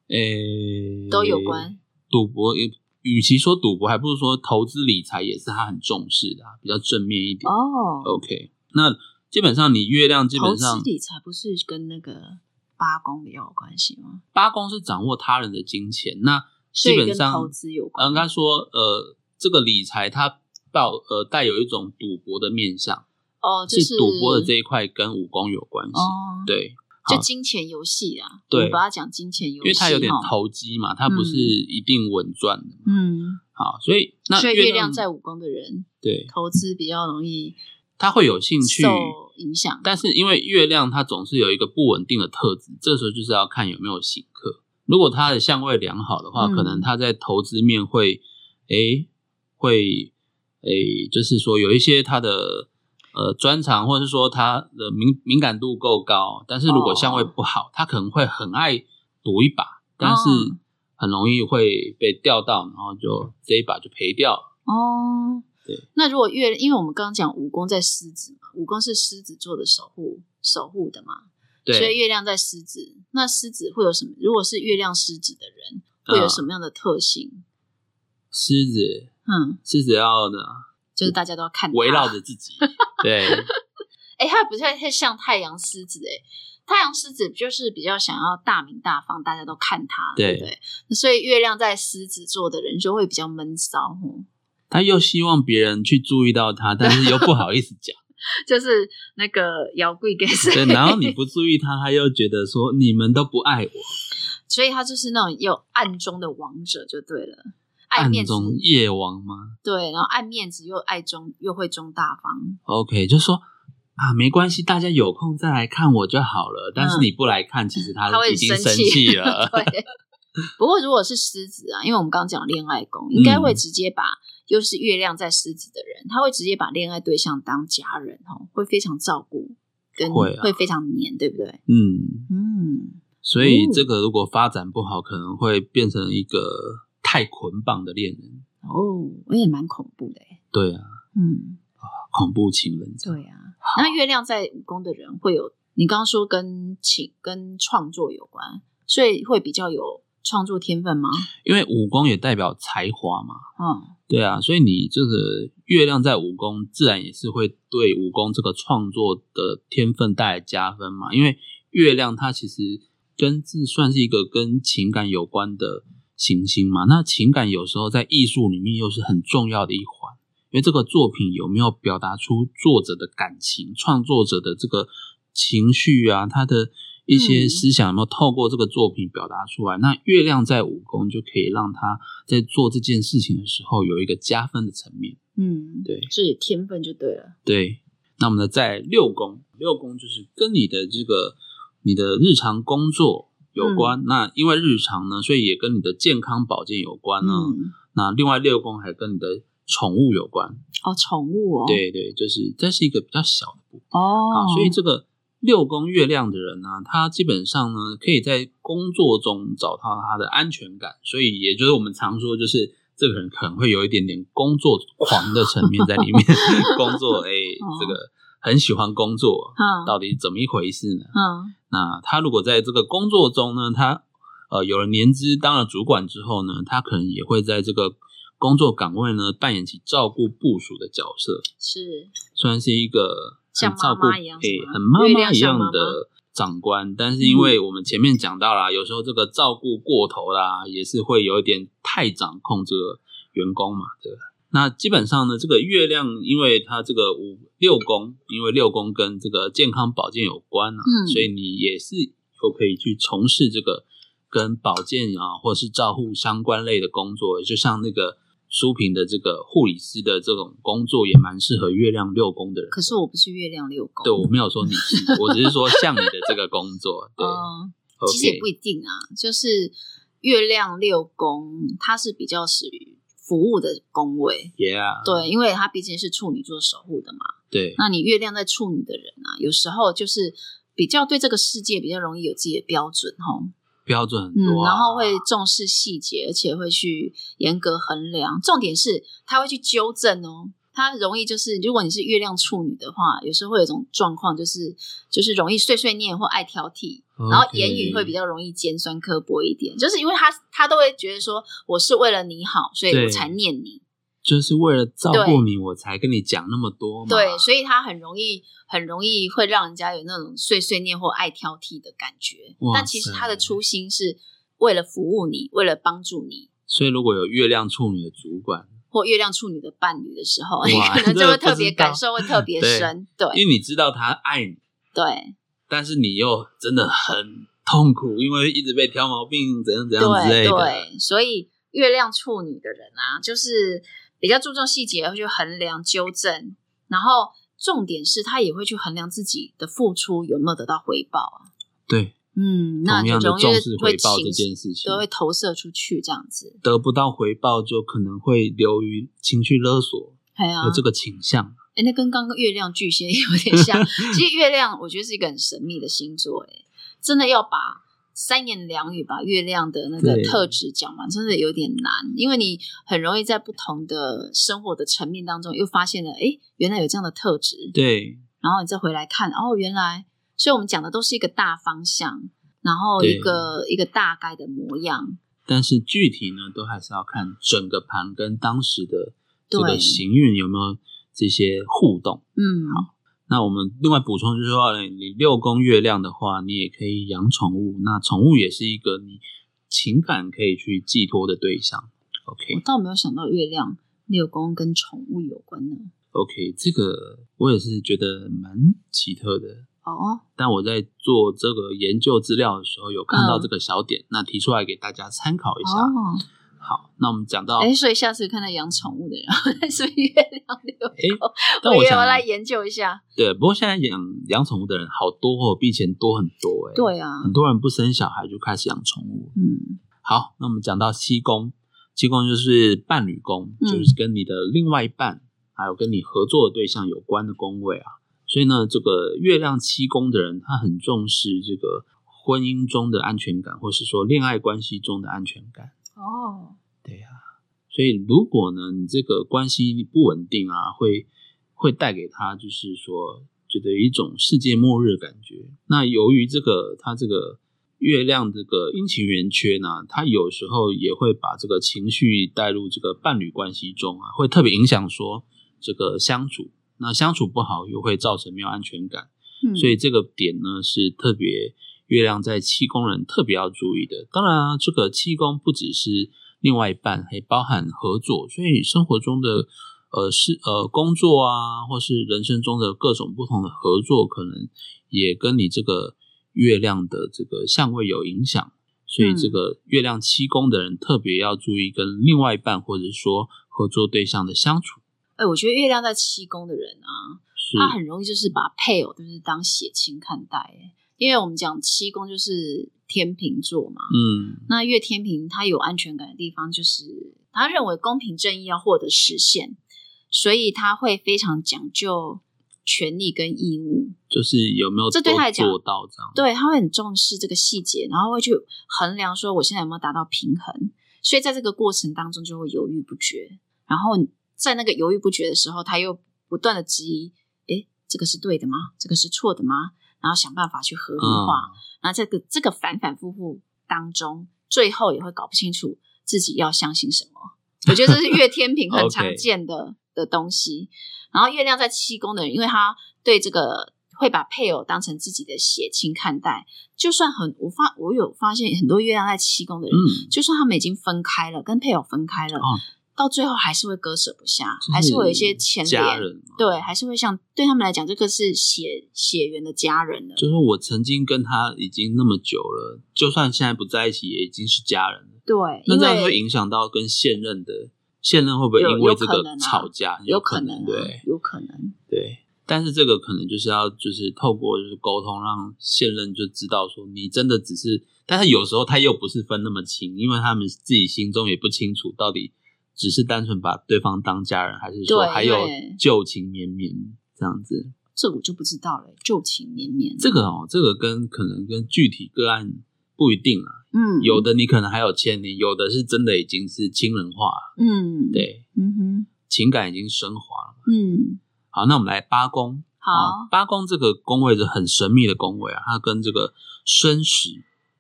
Speaker 1: 诶，
Speaker 2: 都有关。
Speaker 1: 赌博也。与其说赌博，还不如说投资理财也是他很重视的啊、比较正面一点。
Speaker 2: 哦。
Speaker 1: OK，那基本上你月亮基
Speaker 2: 投
Speaker 1: 本
Speaker 2: 资
Speaker 1: 上
Speaker 2: 理财不是跟那个八宫比较有关系吗？
Speaker 1: 八宫是掌握他人的金钱，那
Speaker 2: 所
Speaker 1: 基
Speaker 2: 以
Speaker 1: 本
Speaker 2: 跟投
Speaker 1: 上
Speaker 2: 资有
Speaker 1: 呃
Speaker 2: 关
Speaker 1: 应。该说呃这个理财它抱呃带有一种赌博的面向，
Speaker 2: 哦，就是
Speaker 1: 赌博的这一块跟武功有关系，
Speaker 2: 哦，
Speaker 1: 对，
Speaker 2: 就
Speaker 1: 好
Speaker 2: 金钱游戏啊，
Speaker 1: 对
Speaker 2: 我们把它讲金钱游戏，
Speaker 1: 因为它有点
Speaker 2: 哈，
Speaker 1: 投机嘛，它不是一定稳赚的。
Speaker 2: 嗯，
Speaker 1: 好，所以那
Speaker 2: 所以
Speaker 1: 月嗯
Speaker 2: 月亮在五宫的人
Speaker 1: 对
Speaker 2: 投资比较容易
Speaker 1: 他会有兴趣，
Speaker 2: 受影响。
Speaker 1: 但是因为月亮它总是有一个不稳定的特质，这时候就是要看有没有行客。如果它的相位良好的话，
Speaker 2: 嗯
Speaker 1: 可能它在投资面会，诶，会，诶，就是说有一些它的呃专长，或者是说它的敏敏感度够高。但是如果相位不好，它可能会很爱赌一把，但是
Speaker 2: 哦
Speaker 1: 很容易会被钓到，然后就这一把就赔掉了。
Speaker 2: 哦，
Speaker 1: 对。
Speaker 2: 那如果月，因为我们刚刚讲五宫在狮子嘛，五宫是狮子座的守护守护的嘛，
Speaker 1: 对，
Speaker 2: 所以月亮在狮子，那狮子会有什么？如果是月亮狮子的人，会
Speaker 1: 嗯
Speaker 2: 有什么样的特性？
Speaker 1: 狮子，
Speaker 2: 嗯，
Speaker 1: 狮子要呢
Speaker 2: 就是大家都要看它
Speaker 1: 围绕着自 己，对。
Speaker 2: 哎、它不太太像太阳狮子哎、太阳狮子就是比较想要大名大放，大家都看它，对
Speaker 1: 对
Speaker 2: 不对？所以月亮在狮子座的人就会比较闷骚，吼
Speaker 1: 他又希望别人去注意到他，但是又不好意思 讲。
Speaker 2: 就是那个摇柜给谁？
Speaker 1: 对，然后你不注意他，他又觉得说你们都不爱我，
Speaker 2: 所以他就是那种有暗中的王者就对了，爱
Speaker 1: 暗
Speaker 2: 面子
Speaker 1: 中夜王吗
Speaker 2: 对，然后爱面子又爱中又会中大方，
Speaker 1: ？OK，就说啊，没关系，大家有空再来看我就好了。但是你不来看，其实他
Speaker 2: 嗯他
Speaker 1: 啊
Speaker 2: 会
Speaker 1: 已经
Speaker 2: 生
Speaker 1: 生
Speaker 2: 气
Speaker 1: 气了。
Speaker 2: 对。不过如果是狮子啊，因为我们刚刚讲恋爱宫，应该会
Speaker 1: 嗯
Speaker 2: 直接把、又是月亮在狮子的人，他会直接把恋爱对象当家人哦，会非常照顾，跟
Speaker 1: 会啊
Speaker 2: 非常黏，对不对？
Speaker 1: 嗯，
Speaker 2: 嗯，
Speaker 1: 所以这个如果发展不好，可能会变成一个太捆绑的恋人。
Speaker 2: 哦，我也蛮恐怖的欸
Speaker 1: 对啊，
Speaker 2: 嗯，
Speaker 1: 恐怖情人。
Speaker 2: 对啊。那月亮在武功的人会有，你刚刚说跟情跟创作有关，所以会比较有创作天分吗？
Speaker 1: 因为武功也代表才华嘛。
Speaker 2: 嗯，
Speaker 1: 对啊，所以你这个月亮在武功，自然也是会对武功这个创作的天分带来加分嘛。因为月亮它其实跟这算是一个跟情感有关的行星嘛。那情感有时候在艺术里面又是很重要的一环，因为这个作品有没有表达出作者的感情、创作者的这个情绪啊，他的一些
Speaker 2: 嗯
Speaker 1: 思想有没有透过这个作品表达出来？那月亮在武功就可以让他在做这件事情的时候有一个加分的层面。
Speaker 2: 嗯，
Speaker 1: 对
Speaker 2: 所以天分就对了。
Speaker 1: 对，那我们呢在六宫，六宫就是跟你的这个你的日常工作
Speaker 2: 嗯
Speaker 1: 有关。那因为日常呢，所以也跟你的健康保健有关呢、啊
Speaker 2: 嗯，
Speaker 1: 那另外六宫还跟你的宠物有关。
Speaker 2: 哦，宠物哦，
Speaker 1: 对对，就是这是一个比较小的部分。
Speaker 2: 哦
Speaker 1: 啊，，所以这个六宫月亮的人呢、啊他基本上呢可以在工作中找到他的安全感，所以也就是我们常说，就是这个人可能会有一点点工作狂的层面在里面，工作哎、这个很喜欢工作，
Speaker 2: 嗯
Speaker 1: 到底怎么一回事呢？
Speaker 2: 嗯
Speaker 1: 那他如果在这个工作中呢，他呃有了年资，当了主管之后呢，他可能也会在这个工作岗位呢扮演起照顾部属的角色，
Speaker 2: 是
Speaker 1: 算是一个
Speaker 2: 像
Speaker 1: 很照
Speaker 2: 妈
Speaker 1: 顾，
Speaker 2: 妈
Speaker 1: 诶
Speaker 2: 一样是吗
Speaker 1: 很妈
Speaker 2: 月
Speaker 1: 妈
Speaker 2: 亮
Speaker 1: 一
Speaker 2: 像
Speaker 1: 样
Speaker 2: 妈妈嗯
Speaker 1: 的长官。但是因为我们前面讲到啦，有时候这个照顾过头啦，也是会有一点太掌控这个员工嘛，对吧？那基本上呢，这个月亮，因为它这个五六宫，因为六宫跟这个健康保健有关啊，
Speaker 2: 嗯
Speaker 1: 所以你也是有可以去从事这个跟保健啊，或者是照护相关类的工作，就像那个书评的这个护理师的这种工作，也蛮适合月亮六宫的人。
Speaker 2: 可是我不是月亮六宫，
Speaker 1: 对我没有说你是，我只是说像你的这个工作，对、
Speaker 2: 嗯，
Speaker 1: o
Speaker 2: 其实也
Speaker 1: k
Speaker 2: 不一定啊，就是月亮六宫，它是比较属于服务的宫位，
Speaker 1: yeah，
Speaker 2: 对，因为它毕竟是处女座守护的嘛。
Speaker 1: 对
Speaker 2: 那你月亮在处女的人啊，有时候就是比较对这个世界比较容易有自己的标准哈，
Speaker 1: 标准很
Speaker 2: 嗯
Speaker 1: 多、，啊
Speaker 2: 然后会重视细节，而且会去严格衡量。重点是他会去纠正哦。他容易就是，如果你是月亮处女的话，有时候会有一种状况，就是就是容易碎碎念或爱挑剔，然后言语会比
Speaker 1: 较
Speaker 2: 较容易尖酸刻薄一点，就是因为他他都会觉得说我是为了你好，所以
Speaker 1: 对
Speaker 2: 我才念你，
Speaker 1: 就是为了照
Speaker 2: 对
Speaker 1: 顾你，我才跟你讲那么多嘛，
Speaker 2: 对，所以他很容易很容易会让人家有那种碎碎念或爱挑剔的感觉
Speaker 1: 哇，
Speaker 2: 但其实他的
Speaker 1: 塞
Speaker 2: 初心是为了服务你，为了帮助你。
Speaker 1: 所以如果有月亮处女的主管，
Speaker 2: 或月亮处女的伴侣的时候，
Speaker 1: 哇
Speaker 2: 你可能就会特别
Speaker 1: 这个不知道
Speaker 2: 感受会特别深，对
Speaker 1: 因为你知道他爱你，
Speaker 2: 对
Speaker 1: 但是你又真的很痛苦，因为一直被挑毛病，怎样怎样之类
Speaker 2: 对
Speaker 1: 的，
Speaker 2: 对，所以月亮处女的人啊，就是比较注重细节，会去衡量、纠正，然后重点是他也会去衡量自己的付出有没有得到回报啊。
Speaker 1: 对，
Speaker 2: 嗯，那
Speaker 1: 同样的
Speaker 2: 就
Speaker 1: 重
Speaker 2: 容易
Speaker 1: 视
Speaker 2: 会
Speaker 1: 回报这
Speaker 2: 情
Speaker 1: 件事情
Speaker 2: 都，会投射出去这样子。
Speaker 1: 得不到回报就可能会流于情绪勒索
Speaker 2: 哎呀、
Speaker 1: 有哦这个倾向。
Speaker 2: 哎，那跟刚刚月亮巨蟹 有点像。其实月亮，我觉得是一个很神秘的星座，哎，真的要把三言两语把月亮的那个
Speaker 1: 对
Speaker 2: 特质讲完，真的有点难，因为你很容易在不同的生活的层面当中又发现了，哎，原来有这样的特质，
Speaker 1: 对
Speaker 2: 然后你再回来看，哦，原来，所以我们讲的都是一个大方向，然后一
Speaker 1: 对
Speaker 2: 个一个大概的模样，
Speaker 1: 但是具体呢，都还是要看整个盘跟当时的这
Speaker 2: 对
Speaker 1: 个行运有没有这些互动。
Speaker 2: 嗯，
Speaker 1: 那我们另外补充就是说，哎你六宫月亮的话，你也可以养宠物。那宠物也是一个你情感可以去寄托的对象。
Speaker 2: 我
Speaker 1: OK
Speaker 2: 倒没有想到月亮六宫跟宠物有关呢，
Speaker 1: OK，这个我也是觉得蛮奇特的。
Speaker 2: 哦，
Speaker 1: 但我在做这个研究资料的时候，有看到
Speaker 2: 嗯
Speaker 1: 这个小点，那提出来给大家参考一下。
Speaker 2: 哦。
Speaker 1: 好，那我们讲到，
Speaker 2: 哎、所以下次看到养宠物的人 是不是月亮六宫，
Speaker 1: 但
Speaker 2: 我
Speaker 1: 我
Speaker 2: 也
Speaker 1: 想
Speaker 2: 要来研究一下。
Speaker 1: 对，不过现在养养宠物的人好多哦，比以前多很多哎、，
Speaker 2: 对啊，
Speaker 1: 很多人不生小孩就开始养宠物。
Speaker 2: 嗯
Speaker 1: 好，那我们讲到七宫，七宫就是伴侣宫，
Speaker 2: 嗯
Speaker 1: 就是跟你的另外一半，还有跟你合作的对象有关的宫位啊。所以呢，这个月亮七宫的人，他很重视这个婚姻中的安全感，或是说恋爱关系中的安全感。
Speaker 2: 哦，
Speaker 1: 对呀、所以如果呢，你这个关系不稳定啊，会会带给他就是说，觉得有一种世界末日的感觉。那由于这个他这个月亮这个阴晴圆缺呢，他有时候也会把这个情绪带入这个伴侣关系中啊，会特别影响说这个相处。那相处不好，又会造成没有安全感，
Speaker 2: 嗯
Speaker 1: 所以这个点呢是特别月亮在七宫人特别要注意的。当然啊，这个七宫不只是另外一半，还包含合作，所以生活中的呃是呃工作啊，或是人生中的各种不同的合作，可能也跟你这个月亮的这个相位有影响。所以
Speaker 2: 嗯
Speaker 1: 这个月亮七宫的人特别要注意跟另外一半或者说合作对象的相处。
Speaker 2: 哎、我觉得月亮在七宫的人啊，
Speaker 1: 是
Speaker 2: 他很容易就是把配偶就是当血亲看待、哎，因为我们讲七宫就是天秤座嘛，
Speaker 1: 嗯，
Speaker 2: 那月天平他有安全感的地方，就是他认为公平正义要获得实现，所以他会非常讲究权利跟义务。
Speaker 1: 就是有没有
Speaker 2: 这对他来
Speaker 1: 都
Speaker 2: 讲
Speaker 1: 做到这样？
Speaker 2: 对，他会很重视这个细节，然后会去衡量说我现在有没有达到平衡，所以在这个过程当中就会犹豫不决，然后在那个犹豫不决的时候，他又不断的质疑，诶，这个是对的吗？这个是错的吗？然后想办法去合理化，然后这个这个反反复复当中，最后也会搞不清楚自己要相信什么。我觉得这是月天平很
Speaker 1: OK
Speaker 2: 常见的的东西。然后月亮在七宫的人，因为他对这个会把配偶当成自己的血亲看待，就算很我发我有发现很多月亮在七宫的人，
Speaker 1: 嗯，
Speaker 2: 就算他们已经分开了，跟配偶分开了，
Speaker 1: 哦
Speaker 2: 到最后还是会割舍不下，
Speaker 1: 就是
Speaker 2: 还是会有一些牵
Speaker 1: 家
Speaker 2: 连。
Speaker 1: 人嘛
Speaker 2: 对，还是会像对他们来讲，这个是血血缘的家人了。
Speaker 1: 就是我曾经跟他已经那么久了，就算现在不在一起，也已经是家人了。
Speaker 2: 对，
Speaker 1: 那
Speaker 2: 因
Speaker 1: 这样会
Speaker 2: 为
Speaker 1: 影响到跟现任的现任会不会
Speaker 2: 有
Speaker 1: 因为这
Speaker 2: 有可能
Speaker 1: 个
Speaker 2: 啊
Speaker 1: 吵架？
Speaker 2: 有
Speaker 1: 可
Speaker 2: 可能、啊，
Speaker 1: 对
Speaker 2: 有可能。
Speaker 1: 对。但是这个可能就是要就是透过就是沟通，让现任就知道说你真的只是，但是有时候他又不是分那么清，因为他们自己心中也不清楚到底只是单纯把对方当家人，还是说
Speaker 2: 对
Speaker 1: 还有
Speaker 2: 对
Speaker 1: 旧情绵绵这样子。
Speaker 2: 这我就不知道了，旧情绵绵。
Speaker 1: 这个哦，这个跟可能跟具体个案不一定啊，
Speaker 2: 嗯，
Speaker 1: 有的你可能还有牵连，有的是真的已经是亲人化了，
Speaker 2: 嗯，，
Speaker 1: 对，
Speaker 2: 嗯
Speaker 1: 情感已经升华了。
Speaker 2: 哼，嗯，
Speaker 1: 好，那我们来八宫
Speaker 2: 好，
Speaker 1: 啊，八宫这个宫位是很神秘的宫位啊，它跟这个生死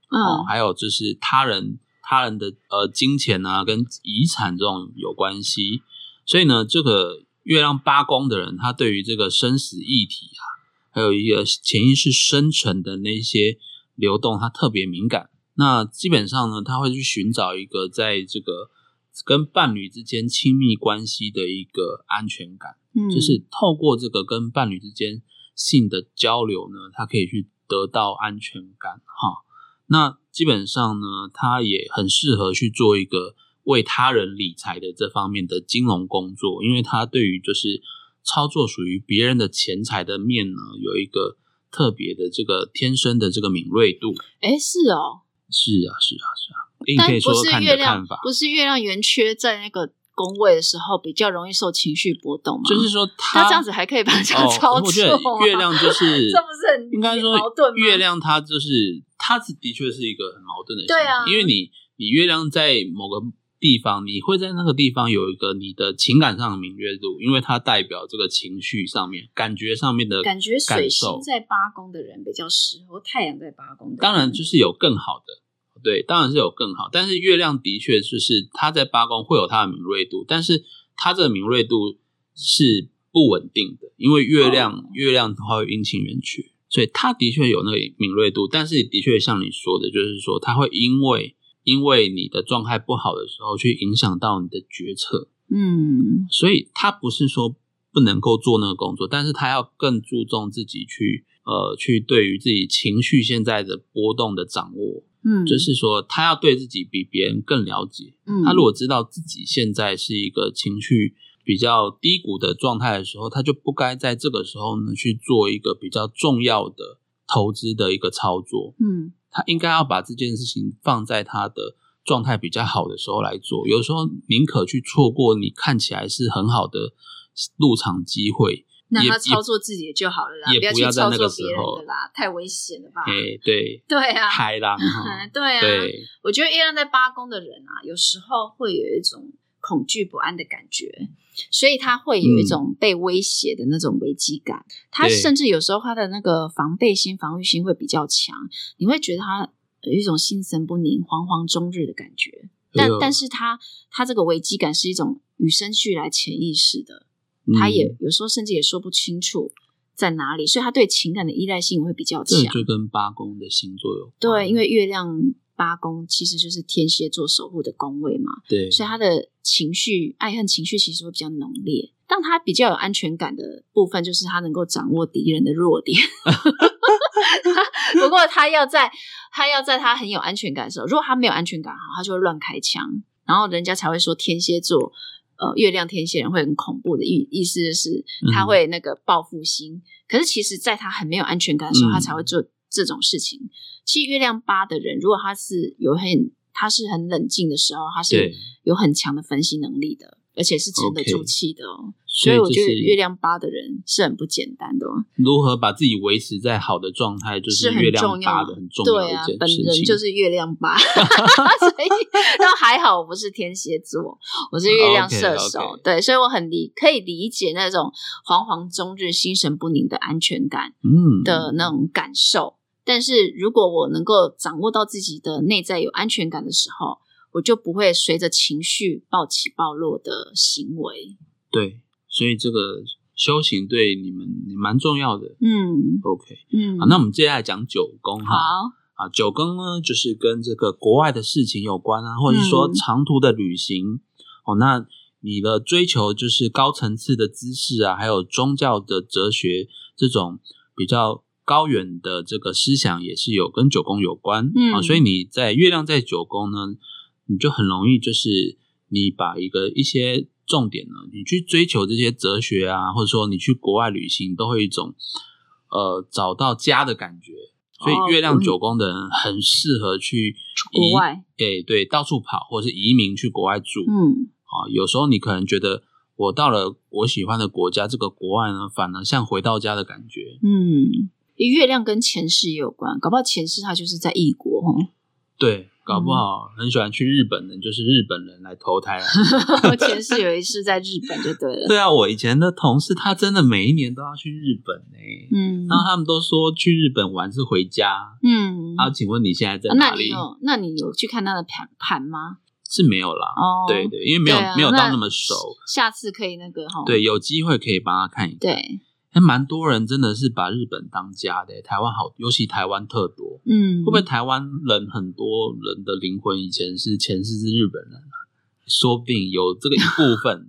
Speaker 1: 哦，
Speaker 2: 嗯，
Speaker 1: 还有就是他人他人的呃金钱啊跟遗产这种有关系，所以呢，这个月亮八宫的人，他对于这个生死议题啊，还有一个潜意识深层的那些流动，他特别敏感。那基本上呢，他会去寻找一个在这个跟伴侣之间亲密关系的一个安全感。
Speaker 2: 嗯
Speaker 1: 就是透过这个跟伴侣之间性的交流呢，他可以去得到安全感哈。那基本上呢，他也很适合去做一个为他人理财的这方面的金融工作，因为他对于就是操作属于别人的钱财的面呢，有一个特别的这个天生的这个敏锐度。
Speaker 2: 哎，是哦，
Speaker 1: 是啊，是啊，是啊。诶你
Speaker 2: 但
Speaker 1: 可以说
Speaker 2: 不
Speaker 1: 说
Speaker 2: 是
Speaker 1: 看你
Speaker 2: 月
Speaker 1: 的
Speaker 2: 亮
Speaker 1: 看法，，
Speaker 2: 不是月亮圆缺在那个宫位的时候比较容易受情绪波动吗？
Speaker 1: 就是说他
Speaker 2: 他这样子还可以把这样
Speaker 1: 哦
Speaker 2: 操，
Speaker 1: 我
Speaker 2: 作、
Speaker 1: 觉得月亮就是
Speaker 2: 这不是很
Speaker 1: 应该说
Speaker 2: 矛盾吗？
Speaker 1: 月亮它就是它是的确是一个很矛盾的，
Speaker 2: 对啊
Speaker 1: 因为你你月亮在某个地方，你会在那个地方有一个你的情感上的敏锐度，因为它代表这个情绪上面、感觉上面的
Speaker 2: 感觉水
Speaker 1: 受
Speaker 2: 星在八宫的人比较适合，太阳在八宫的人
Speaker 1: 当然就是有更好的，对，当然是有更好。但是月亮的确就是它在八宫会有它的敏锐度，但是它这个敏锐度是不稳定的，因为月亮、
Speaker 2: 哦
Speaker 1: 月亮的话会阴晴圆缺，所以它的确有那个敏锐度，但是的确像你说的，就是说它会因为因为你的状态不好的时候去影响到你的决策，
Speaker 2: 嗯，
Speaker 1: 所以他不是说不能够做那个工作，但是他要更注重自己去呃去对于自己情绪现在的波动的掌握，
Speaker 2: 嗯，
Speaker 1: 就是说他要对自己比别人更了解。
Speaker 2: 嗯，
Speaker 1: 他如果知道自己现在是一个情绪比较低谷的状态的时候，他就不该在这个时候呢去做一个比较重要的投资的一个操作。
Speaker 2: 嗯
Speaker 1: 他应该要把这件事情放在他的状态比较好的时候来做。有时候宁可去错过你看起来是很好的入场机会，
Speaker 2: 那
Speaker 1: 也
Speaker 2: 他操作自己的就好了啦，
Speaker 1: 也
Speaker 2: 要
Speaker 1: 不
Speaker 2: 去
Speaker 1: 要在
Speaker 2: 操
Speaker 1: 那
Speaker 2: 作
Speaker 1: 个时
Speaker 2: 别人
Speaker 1: 候
Speaker 2: 的啦，太危险了吧？
Speaker 1: 哎、对，
Speaker 2: 对啊，
Speaker 1: 海浪哈
Speaker 2: 嗯，对啊，
Speaker 1: 对，
Speaker 2: 我觉得月亮在八宫的人啊，有时候会有一种恐惧不安的感觉，所以他会有一种被威胁的那种危机感。他
Speaker 1: 嗯对
Speaker 2: 甚至有时候他的那个防备心、防御心会比较强，你会觉得他有一种心神不宁、惶惶终日的感觉。啊但、
Speaker 1: 哎呦
Speaker 2: 但是他他这个危机感是一种与生俱来潜意识的，
Speaker 1: 嗯
Speaker 2: 他也有时候甚至也说不清楚在哪里，所以他对情感的依赖性会比较强
Speaker 1: 这。就跟八宫的星座有关
Speaker 2: 对，因为月亮八宫其实就是天蝎座守护的宫位嘛，
Speaker 1: 对
Speaker 2: 所以他的情绪、爱恨情绪其实会比较浓烈。但他比较有安全感的部分，就是他能够掌握敌人的弱点。 不过他要在他要在他很有安全感的时候，如果他没有安全感，哈，他就会乱开枪，然后人家才会说天蝎座，呃，月亮天蝎人会很恐怖的意意思就是他
Speaker 1: 嗯
Speaker 2: 会那个报复心。可是其实，在他很没有安全感的时候，他
Speaker 1: 嗯
Speaker 2: 才会做这种事情。其实月亮八的人，如果他是有很他是很冷静的时候，他是
Speaker 1: 对，
Speaker 2: 有很强的分析能力的，而且是沉得住气的哦。
Speaker 1: 所
Speaker 2: 所以
Speaker 1: 以
Speaker 2: 我觉
Speaker 1: 就
Speaker 2: 得
Speaker 1: 是
Speaker 2: 月亮八的人是很不简单的、哦，
Speaker 1: 如何把自己维持在好的状态，就是
Speaker 2: 很
Speaker 1: 月
Speaker 2: 重
Speaker 1: 亮
Speaker 2: 要
Speaker 1: 八
Speaker 2: 的
Speaker 1: 的很重要的
Speaker 2: 对
Speaker 1: 一
Speaker 2: 啊
Speaker 1: 件事情。，
Speaker 2: 本人就是月 亮八，所以但还好我不是天蝎座，我是月亮射手
Speaker 1: OK，OK
Speaker 2: 对，所以我很理可以理解那种惶惶终日、心神不宁的安全感
Speaker 1: 嗯
Speaker 2: 的那种感受。但是如果我能够掌握到自己的内在有安全感的时候，我就不会随着情绪暴起暴落的行为。
Speaker 1: 对，所以这个修行对你们也蛮重要的。
Speaker 2: 嗯
Speaker 1: OK，
Speaker 2: 嗯，
Speaker 1: 好，那我们接下来讲九宫哈。
Speaker 2: 好，
Speaker 1: 啊，九宫呢，就是跟这个国外的事情有关啊，或者是说
Speaker 2: 嗯
Speaker 1: 长途的旅行、哦。那你的追求就是高层次的知识啊，还有宗教的哲学这种比较高远的这个思想，也是有跟九宫有关、
Speaker 2: 嗯
Speaker 1: 啊。所以你在月亮在九宫呢，你就很容易就是你把一个一些重点呢，你去追求这些哲学啊，或者说你去国外旅行，都会有一种呃找到家的感觉。所
Speaker 2: 哦
Speaker 1: 以月亮
Speaker 2: 嗯
Speaker 1: 九宫的人很适合去
Speaker 2: 国
Speaker 1: 移
Speaker 2: 外，
Speaker 1: 诶、对，到处跑或是移民去国外住啊、
Speaker 2: 嗯
Speaker 1: 有时候你可能觉得我到了我喜欢的国家，这个国外呢，反而像回到家的感觉。
Speaker 2: 嗯，因为月亮跟前世也有关，搞不好前世他就是在 异国哦，
Speaker 1: 对，搞不好
Speaker 2: 嗯
Speaker 1: 很喜欢去日本的，就是日本人来投胎啊。
Speaker 2: 前世有一世在日本就对 了。
Speaker 1: 对啊，我以前的同事他真的每一年都要去日本呢、
Speaker 2: 嗯
Speaker 1: 然后他们都说去日本玩是回家。
Speaker 2: 嗯，
Speaker 1: 啊，请问你现在在
Speaker 2: 那
Speaker 1: 哪
Speaker 2: 你
Speaker 1: 里？
Speaker 2: 有那你有去看他的盘盘吗？
Speaker 1: 是没有啦，
Speaker 2: 哦，
Speaker 1: 对对，因为没有、
Speaker 2: 对啊
Speaker 1: 没有到
Speaker 2: 那
Speaker 1: 那么熟。
Speaker 2: 下次可以那个哈，
Speaker 1: 对，有机会可以帮他看一看。
Speaker 2: 对，
Speaker 1: 还蛮多人真的是把日本当家的，欸台湾好，尤其台湾特多。
Speaker 2: 嗯，
Speaker 1: 会不会台湾人很多人的灵魂以前是前世是日本人啊？说不定有这个一部 分，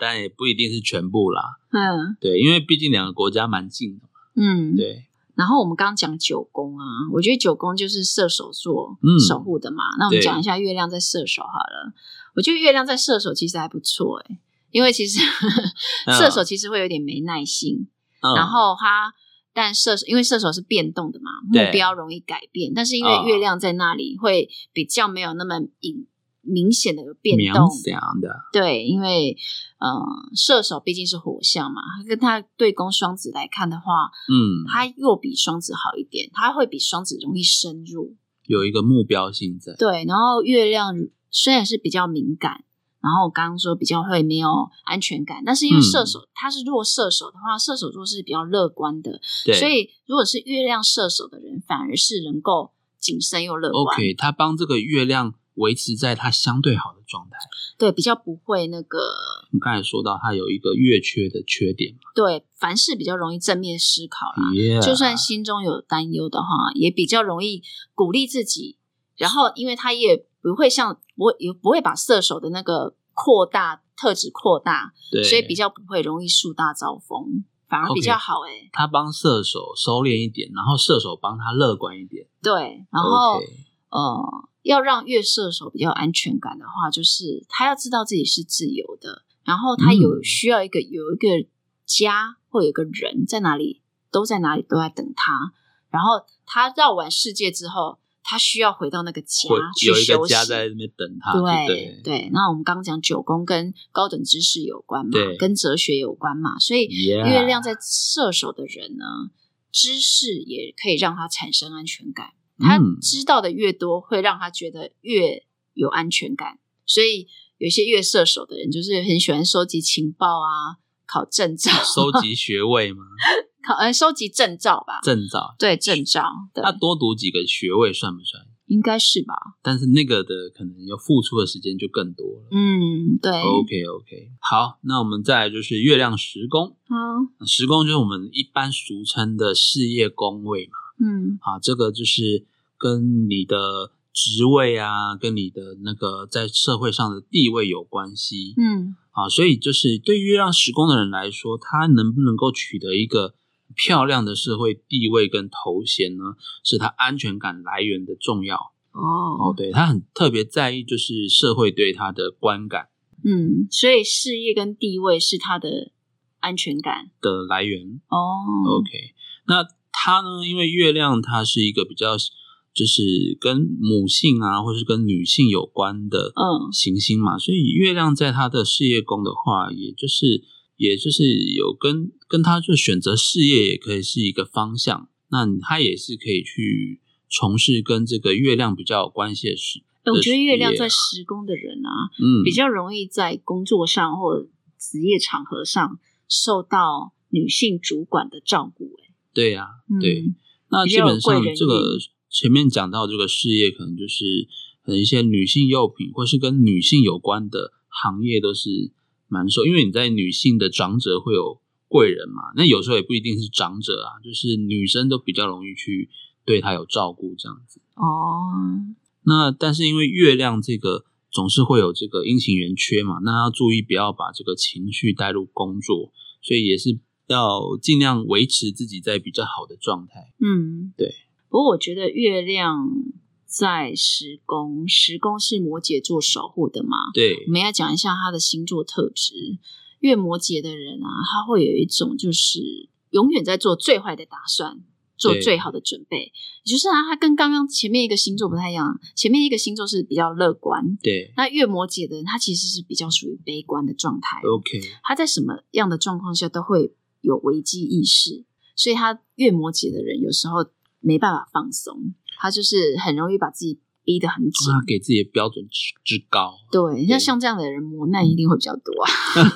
Speaker 1: 但也不一定是全部啦。
Speaker 2: 嗯
Speaker 1: 对，因为毕竟两个国家蛮近的嘛。
Speaker 2: 嗯
Speaker 1: 对，
Speaker 2: 然后我们刚刚讲九宫啊，我觉得九宫就是射手座
Speaker 1: 嗯
Speaker 2: 守护的嘛。那我们
Speaker 1: 对
Speaker 2: 讲一下月亮在射手好了。我觉得月亮在射手其实还不错诶、欸因为其实
Speaker 1: 嗯
Speaker 2: 射手其实会有点没耐心，
Speaker 1: 嗯
Speaker 2: 然后他。但射手因为射手是变动的嘛，
Speaker 1: 对
Speaker 2: 目标容易改变，但是因
Speaker 1: 啊
Speaker 2: 为月亮在那里，会比较没有那么隐明显的有变
Speaker 1: 冥
Speaker 2: 动。
Speaker 1: 想的，
Speaker 2: 对，因为呃，射手毕竟是火象嘛，跟他对宫双子来看的话，
Speaker 1: 嗯，
Speaker 2: 他又比双子好一点，他会比双子容易深入。
Speaker 1: 有一个目标性在，
Speaker 2: 对，然后月亮虽然是比较敏感，然后我刚刚说比较会没有安全感，但是因为
Speaker 1: 嗯
Speaker 2: 射手、他是弱射手的话，射手座是比较乐观的，
Speaker 1: 对，
Speaker 2: 所以如果是月亮射手的人，反而是能够谨慎又乐观
Speaker 1: OK，他帮这个月亮维持在它相对好的状态。
Speaker 2: 对，比较不会那个
Speaker 1: 你刚才说到它有一个月缺的缺点嘛
Speaker 2: 对凡事比较容易正面思考啦。
Speaker 1: ，yeah,
Speaker 2: 就算心中有担忧的话，也比较容易鼓励自己。然后，因为他也不会像不会也不会把射手的那个扩大特质扩大，
Speaker 1: 对，
Speaker 2: 所以比较不会容易树大招风，反而比较好哎、
Speaker 1: 他帮射手收敛一点，然后射手帮他乐观一点。
Speaker 2: 对，然后
Speaker 1: OK，
Speaker 2: 呃，要让月射手比较有安全感的话，就是他要知道自己是自由的，然后他有
Speaker 1: 嗯
Speaker 2: 需要一个有一个家或有一个人在哪里都在哪里都在等他，然后他绕完世界之后，他需要回到那个家
Speaker 1: 会
Speaker 2: 去
Speaker 1: 有一
Speaker 2: 休
Speaker 1: 个
Speaker 2: 息。
Speaker 1: 家在那边等他，
Speaker 2: 对
Speaker 1: 对
Speaker 2: 对，那我们刚刚讲九宫跟高等知识有关嘛
Speaker 1: 对，
Speaker 2: 跟哲学有关嘛，所以
Speaker 1: Yeah
Speaker 2: 月亮在射手的人呢，知识也可以让他产生安全感。他
Speaker 1: 嗯
Speaker 2: 知道的越多，会让他觉得越有安全感。所以有些越射手的人，就是很喜欢收集情报啊，考证照，
Speaker 1: 收集学位嘛，
Speaker 2: 考呃收集证照吧，
Speaker 1: 证照，
Speaker 2: 对证照， 对
Speaker 1: 他，多读几个学位算不算？
Speaker 2: 应该是吧？
Speaker 1: 但是那个的可能要付出的时间就更多了。
Speaker 2: 嗯，对，
Speaker 1: OK OK，好，那我们再来就是月亮十宫，
Speaker 2: 好，
Speaker 1: 十宫就是我们一般俗称的事业宫位嘛。
Speaker 2: 嗯
Speaker 1: 啊，这个就是跟你的职位啊，跟你的那个在社会上的地位有关系
Speaker 2: 嗯
Speaker 1: 啊。所以就是对于月亮时宫的人来说，他能不能够取得一个漂亮的社会地位跟头衔呢，是他安全感来源的重要哦。
Speaker 2: 哦，
Speaker 1: 对他很特别在意，就是社会对他的观感
Speaker 2: 嗯，所以事业跟地位是他的安全感
Speaker 1: 的来源。
Speaker 2: 哦。
Speaker 1: OK，那它呢？因为月亮它是一个比较就是跟母性啊，或是跟女性有关的
Speaker 2: 嗯
Speaker 1: 行星嘛，所以月亮在它的事业宫的话，也就是也就是有跟跟它就选择事业也可以是一个方向，那它也是可以去从事跟这个月亮比较有关系的事。
Speaker 2: 哎我觉得月亮
Speaker 1: 事业啊
Speaker 2: 在十宫的人啊，
Speaker 1: 嗯，
Speaker 2: 比较容易在工作上或职业场合上受到女性主管的照顾、欸。
Speaker 1: 对啊呀、
Speaker 2: 嗯
Speaker 1: 对。那
Speaker 2: 比
Speaker 1: 基
Speaker 2: 较有
Speaker 1: 本上
Speaker 2: 贵人
Speaker 1: 这个
Speaker 2: 运
Speaker 1: 前面讲到这个事业，可能就是可能一些女性用品或是跟女性有关的行业都是蛮受，因为你在女性的长者会有贵人嘛，那有时候也不一定是长者啊，就是女生都比较容易去对她有照顾这样子。
Speaker 2: 哦，
Speaker 1: 那但是因为月亮这个总是会有这个阴晴圆缺嘛，那要注意不要把这个情绪带入工作，所以也是要尽量维持自己在比较好的状态。
Speaker 2: 嗯，
Speaker 1: 对。
Speaker 2: 不过我觉得月亮在十宫，十宫是摩羯座守护的嘛，
Speaker 1: 对，
Speaker 2: 我们要讲一下他的星座特质。月摩羯的人啊，他会有一种就是永远在做最坏的打算，做
Speaker 1: 对
Speaker 2: 最好的准备。也就是啊，他跟刚刚前面一个星座不太一样，前面一个星座是比较乐观，
Speaker 1: 对
Speaker 2: 那月摩羯的人他其实是比较属于悲观的状态。
Speaker 1: ，OK，
Speaker 2: 他在什么样的状况下都会有危机意识，所以他月摩羯的人有时候没办法放松，他就是很容易把自己逼得很紧。
Speaker 1: 那给自己的标准之之高，
Speaker 2: 对，像
Speaker 1: 啊对
Speaker 2: 像这样的人磨难一定会比较多啊。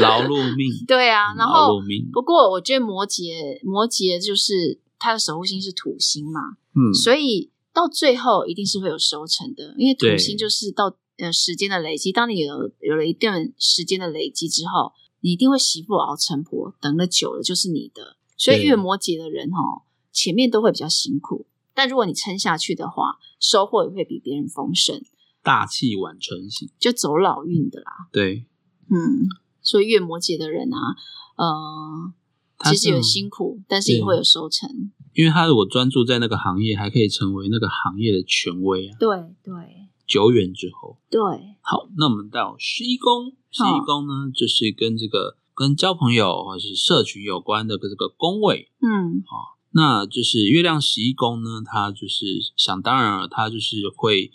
Speaker 1: 劳碌命，嗯
Speaker 2: 对啊，然
Speaker 1: 劳
Speaker 2: 后
Speaker 1: 碌命，
Speaker 2: 不过我觉得摩羯摩羯就是它的守护星是土星嘛，
Speaker 1: 嗯，
Speaker 2: 所以到最后一定是会有收成的，因为土
Speaker 1: 对
Speaker 2: 星就是到呃时间的累积，当你有有了一段时间的累积之后，你一定会媳妇熬成婆，等了久了就是你的。所以
Speaker 1: 对
Speaker 2: 月摩羯的人哦，前面都会比较辛苦，但如果你撑下去的话，收获也会比别人丰盛，
Speaker 1: 大器晚成型，
Speaker 2: 就走老运的啦。
Speaker 1: 对，
Speaker 2: 嗯，所以月摩羯的人啊，呃，
Speaker 1: 他
Speaker 2: 其
Speaker 1: 是
Speaker 2: 实有辛苦，但是也会有收成。
Speaker 1: 因为他如果专注在那个行业，还可以成为那个行业的权威啊，
Speaker 2: 对对，
Speaker 1: 久远之后。
Speaker 2: 对，
Speaker 1: 好，那我们到十一宫，十一宫呢，就是跟这个跟交朋友或者是社群有关的这个宫位。
Speaker 2: 嗯
Speaker 1: 那就是月亮十一宫呢，它就是想当然了，它就是会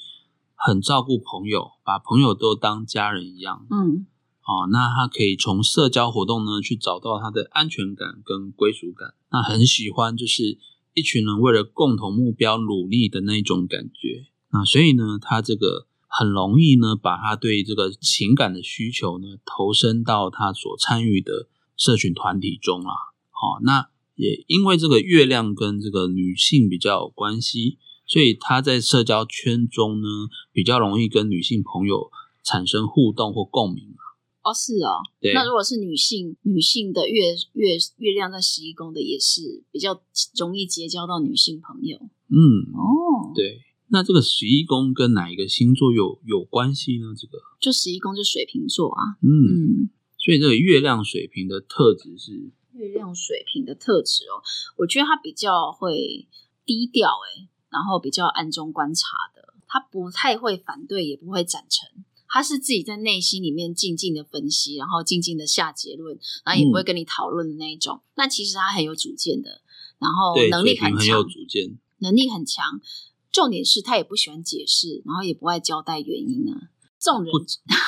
Speaker 1: 很照顾朋友，把朋友都当家人一样。
Speaker 2: 嗯
Speaker 1: 哦，那他可以从社交活动呢去找到他的安全感跟归属感。那很喜欢就是一群人为了共同目标努力的那种感觉。那所以呢，他这个很容易呢把他对这个情感的需求呢投身到他所参与的社群团体中啦、好、那也因为这个月亮跟这个女性比较有关系，所以他在社交圈中呢比较容易跟女性朋友产生互动或共鸣。
Speaker 2: 哦是哦，
Speaker 1: 对，
Speaker 2: 那如果是女性，女性的月月月亮在十一宫的也是比较容易结交到女性朋友
Speaker 1: 嗯，
Speaker 2: 哦。，
Speaker 1: 对。那这个十一宫跟哪一个星座有有关系呢？这个，
Speaker 2: 就十一宫就水瓶座啊，
Speaker 1: 嗯，
Speaker 2: 嗯，
Speaker 1: 所以这个月亮水瓶的特质是，
Speaker 2: 月亮水瓶的特质哦，我觉得他比较会低调诶、然后比较暗中观察的，他不太会反对，也不会赞成。他是自己在内心里面静静的分析，然后静静的下结论，然后也不会
Speaker 1: 嗯
Speaker 2: 跟你讨论的那一种。那其实他很有主见的，然后
Speaker 1: 对，
Speaker 2: 哦能力
Speaker 1: 水瓶
Speaker 2: 很
Speaker 1: 很有
Speaker 2: 强，
Speaker 1: 主见，
Speaker 2: 能力很强。重点是他也不喜欢解释，然后也不爱交代原因啊。这种人
Speaker 1: 不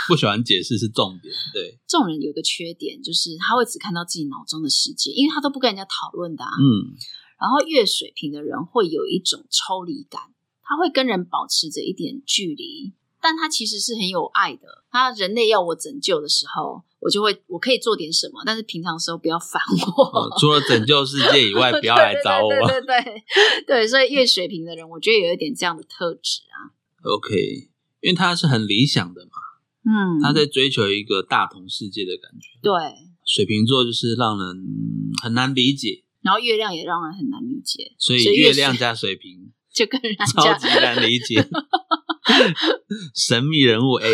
Speaker 1: 不喜欢解释是重点，对，
Speaker 2: 这种人有一个缺点，就是他会只看到自己脑中的世界，因为他都不跟人家讨论的啊。
Speaker 1: 嗯，
Speaker 2: 然后月水瓶的人会有一种抽离感，他会跟人保持着一点距离，但他其实是很有爱的。他人类要我拯救的时候，我就会我可以做点什么，但是平常的时候不要烦我。
Speaker 1: 呃除了拯救世界以 外，不要来找我。
Speaker 2: 对对对对对对，所以月水瓶的人，我觉得有一点这样的特质啊。
Speaker 1: OK，因为他是很理想的嘛，
Speaker 2: 嗯，
Speaker 1: 他在追求一个大同世界的感觉。
Speaker 2: 对，
Speaker 1: 水瓶座就是让人嗯很难理解，
Speaker 2: 然后月亮也让人很难理解，
Speaker 1: 所以
Speaker 2: 所以
Speaker 1: 月
Speaker 2: 月
Speaker 1: 亮
Speaker 2: 水
Speaker 1: 加水瓶
Speaker 2: 就跟人
Speaker 1: 超
Speaker 2: 家
Speaker 1: 级难理解。 神秘人物 A。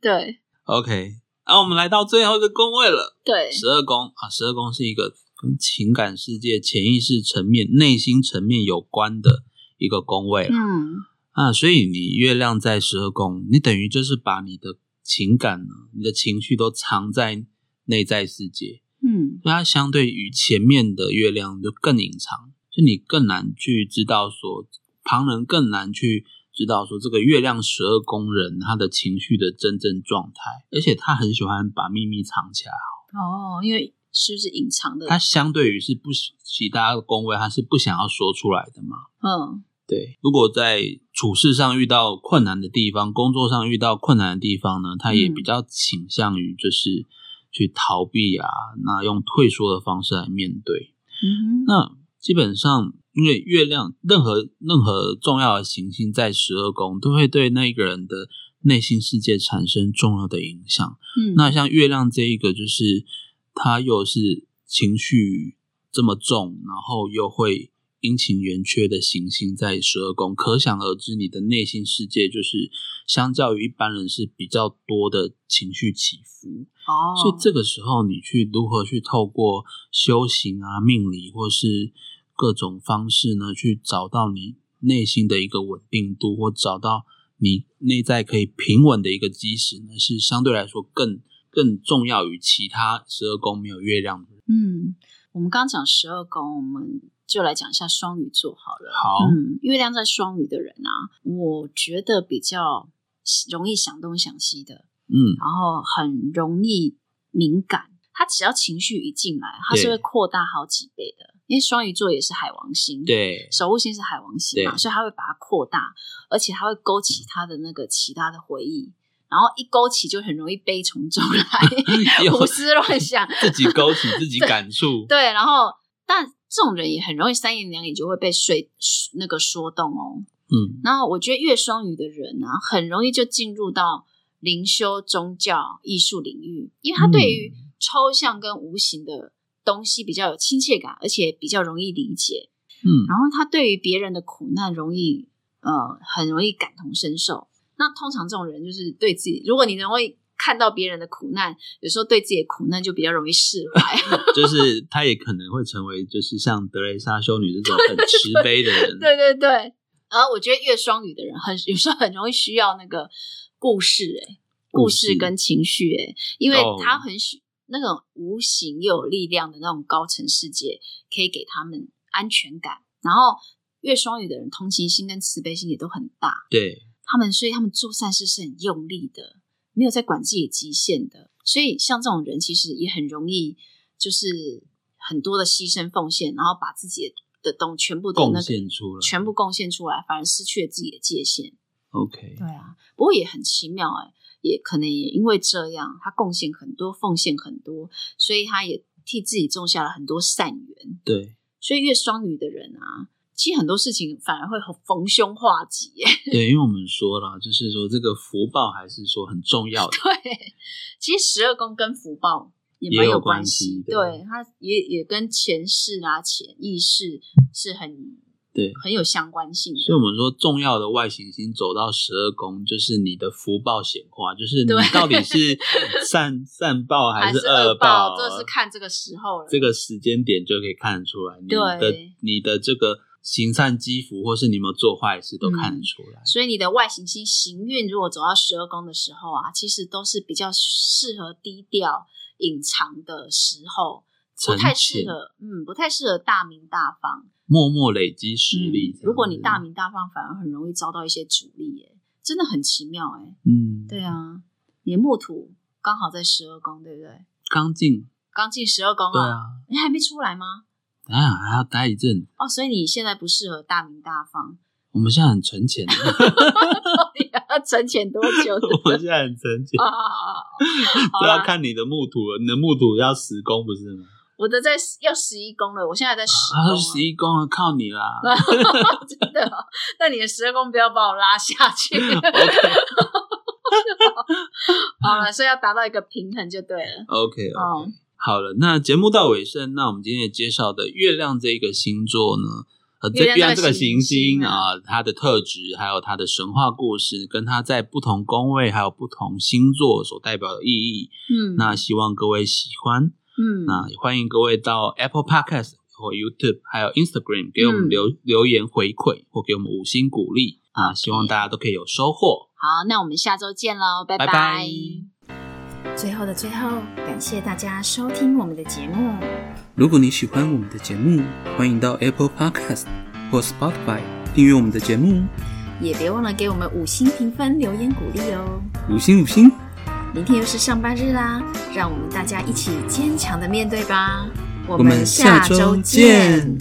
Speaker 2: 对
Speaker 1: OK，那、我们来到最后一个宫位了，
Speaker 2: 对
Speaker 1: 十二宫啊，十二宫是一个跟情感世界、潜意识层面、内心层面有关的一个宫位了、
Speaker 2: 嗯
Speaker 1: 啊，所以你月亮在十二宫，你等于就是把你的情感呢、你的情绪都藏在内在世界，
Speaker 2: 嗯
Speaker 1: 所以它相对于前面的月亮就更隐藏，就你更难去知道说，旁人更难去知道说这个月亮十二宫人他的情绪的真正状态，而且他很喜欢把秘密藏起来，
Speaker 2: 哦，因为是不是隐藏的？
Speaker 1: 他相对于是不喜其他的宫位，他是不想要说出来的嘛。
Speaker 2: 嗯。
Speaker 1: 对，如果在处事上遇到困难的地方，工作上遇到困难的地方呢，他也
Speaker 2: 嗯
Speaker 1: 比较倾向于就是去逃避啊，那用退缩的方式来面对。
Speaker 2: 嗯哼，
Speaker 1: 那基本上，因为月亮任何任何重要的行星在十二宫都会对那个人的内心世界产生重要的影响。
Speaker 2: 嗯
Speaker 1: 那像月亮这一个，就是它又是情绪这么重，然后又会阴晴圆缺的行星在十二宫，可想而知，你的内心世界就是相较于一般人是比较多的情绪起伏。
Speaker 2: 哦，
Speaker 1: 所以这个时候，你去如何去透过修行啊、命理或是各种方式呢，去找到你内心的一个稳定度，或找到你内在可以平稳的一个基石呢，是相对来说更更重要于其他十二宫没有月亮的人。
Speaker 2: 嗯，我们刚讲十二宫，我们就来讲一下双鱼座好了。
Speaker 1: 好
Speaker 2: 嗯，月亮在双鱼的人啊，我觉得比较容易想东想西的，
Speaker 1: 嗯，
Speaker 2: 然后很容易敏感。他只要情绪一进来，他是
Speaker 1: 对
Speaker 2: 会扩大好几倍的，因为双鱼座也是海王星，，
Speaker 1: 对，
Speaker 2: 守护星是海王星嘛，
Speaker 1: 对，
Speaker 2: 所以他会把它扩大，而且他会勾起他的那个其他的回忆，然后一勾起就很容易悲从中来
Speaker 1: 有
Speaker 2: 胡思 乱想，
Speaker 1: 自己勾起自己感触，
Speaker 2: 对，然后但这种人也很容易三言两语就会被说那个说动哦。
Speaker 1: 嗯，
Speaker 2: 然后我觉得月双鱼的人啊，很容易就进入到灵修、宗教、艺术领域，因为他对于
Speaker 1: 嗯
Speaker 2: 抽象跟无形的东西比较有亲切感，而且比较容易理解。
Speaker 1: 嗯，
Speaker 2: 然后他对于别人的苦难容易呃很容易感同身受。那通常这种人就是对自己，如果你能够看到别人的苦难，有时候对自己的苦难就比较容易释怀。
Speaker 1: 就是 他也可能会成为就是像德蕾莎修女这种很慈悲的人，
Speaker 2: 对对对，然后我觉得月双鱼的人很有时候很容易需要那个故事、欸，故事跟情绪、欸，因为他很喜、那种无形又有力量的那种高层世界，可以给他们安全感。然后月双鱼的人同情心跟慈悲心也都很大，
Speaker 1: 对，
Speaker 2: 他们所以他们做善事是很用力的，没有在管自己极限的。所以像这种人，其实也很容易就是很多的牺牲奉献，然后把自己的东全部的那
Speaker 1: 贡
Speaker 2: 个
Speaker 1: 献出来。
Speaker 2: 全部贡献出来，反而失去了自己的界限。
Speaker 1: OK，
Speaker 2: 对啊，不过也很奇妙哎、也可能也因为这样，他贡献很多，奉献很多，所以他也替自己种下了很多善缘。
Speaker 1: 对
Speaker 2: 所以越双鱼的人啊，其实很多事情反而会很逢凶化吉欸耶。
Speaker 1: 对，因为我们说了，就是说这个福报还是说很重要的。
Speaker 2: 对，其实十二宫跟福报也
Speaker 1: 也
Speaker 2: 蛮
Speaker 1: 有
Speaker 2: 关
Speaker 1: 关系的
Speaker 2: 对，它也也跟前世啊、潜意识是很
Speaker 1: 对，
Speaker 2: 很有相关性的。
Speaker 1: 所以我们说重要的外行星走到十二宫，就是你的福报显化，就是你
Speaker 2: 对
Speaker 1: 到底 是善善报
Speaker 2: 还
Speaker 1: 是
Speaker 2: 恶
Speaker 1: 恶
Speaker 2: 报，这是看这个时候了。
Speaker 1: 这个时间点就可以看得出来，你的
Speaker 2: 对
Speaker 1: 你的这个行善积福，或是你有没有做坏事，都
Speaker 2: 嗯
Speaker 1: 看得出来。
Speaker 2: 所以你的外行星行运如果走到十二宫的时候啊，其实都是比较适合低调隐藏的时候，不
Speaker 1: 沉
Speaker 2: 太
Speaker 1: 潜
Speaker 2: 适合，嗯，不太适合大名大放。
Speaker 1: 默默累积实力、
Speaker 2: 嗯如果你大，名大放，反而很容易遭到一些阻力、耶，真的很奇妙、哎，
Speaker 1: 嗯，
Speaker 2: 对，啊，你的木土刚好在十二宫，对不对？
Speaker 1: 刚进，
Speaker 2: 刚进十二宫
Speaker 1: 对
Speaker 2: 啊，
Speaker 1: 啊，
Speaker 2: 你还没出来吗？
Speaker 1: 等一下还要待一阵。
Speaker 2: 哦，所以你现在不适合大名大 放，
Speaker 1: 我们现在很存 钱，
Speaker 2: 到底要存钱多久？
Speaker 1: 我们现在很存钱，
Speaker 2: 啊，好
Speaker 1: 都
Speaker 2: 啦
Speaker 1: 要看你的木土了。你的木土要十宫不是吗？
Speaker 2: 我的在10要十一宫了，我现在在十宫、
Speaker 1: 啊，十一宫啊，靠你啦。
Speaker 2: 真的、哦。那你的十二宫不要把我拉下去。 哦好了，所以要达到一个平衡就 对了。
Speaker 1: OK，
Speaker 2: 哦，
Speaker 1: 好了，那节目到尾声，那我们今天也介绍的月亮这个星座呢，呃，这
Speaker 2: 月
Speaker 1: 月
Speaker 2: 亮
Speaker 1: 亮
Speaker 2: 这
Speaker 1: 这
Speaker 2: 个
Speaker 1: 个行
Speaker 2: 行星
Speaker 1: 星
Speaker 2: 啊
Speaker 1: 啊、它的特质，还有它的神话故事，跟它在不同宫位还有不同星座所代表的意义。
Speaker 2: 嗯，
Speaker 1: 那希望各位喜欢，
Speaker 2: 嗯，
Speaker 1: 那也欢迎各位到 Apple Podcast 或 YouTube 还有 Instagram 给我
Speaker 2: 嗯
Speaker 1: 们留、留言回馈，或给我们五星鼓励啊，希望大家都可以有收获。
Speaker 2: 好，那我们下周见喽，拜
Speaker 1: 拜拜
Speaker 2: 最后的最后，感谢大家收听我们的节目。
Speaker 1: 如果你喜欢我们的节目，欢迎到 Apple Podcast 或 Spotify 订阅我们的节目。
Speaker 2: 也别忘了给我们五星评分、留言鼓励哦！
Speaker 1: 五星五星，
Speaker 2: 明天又是上班日啦，让我们大家一起坚强的面对吧！我
Speaker 1: 我们下周见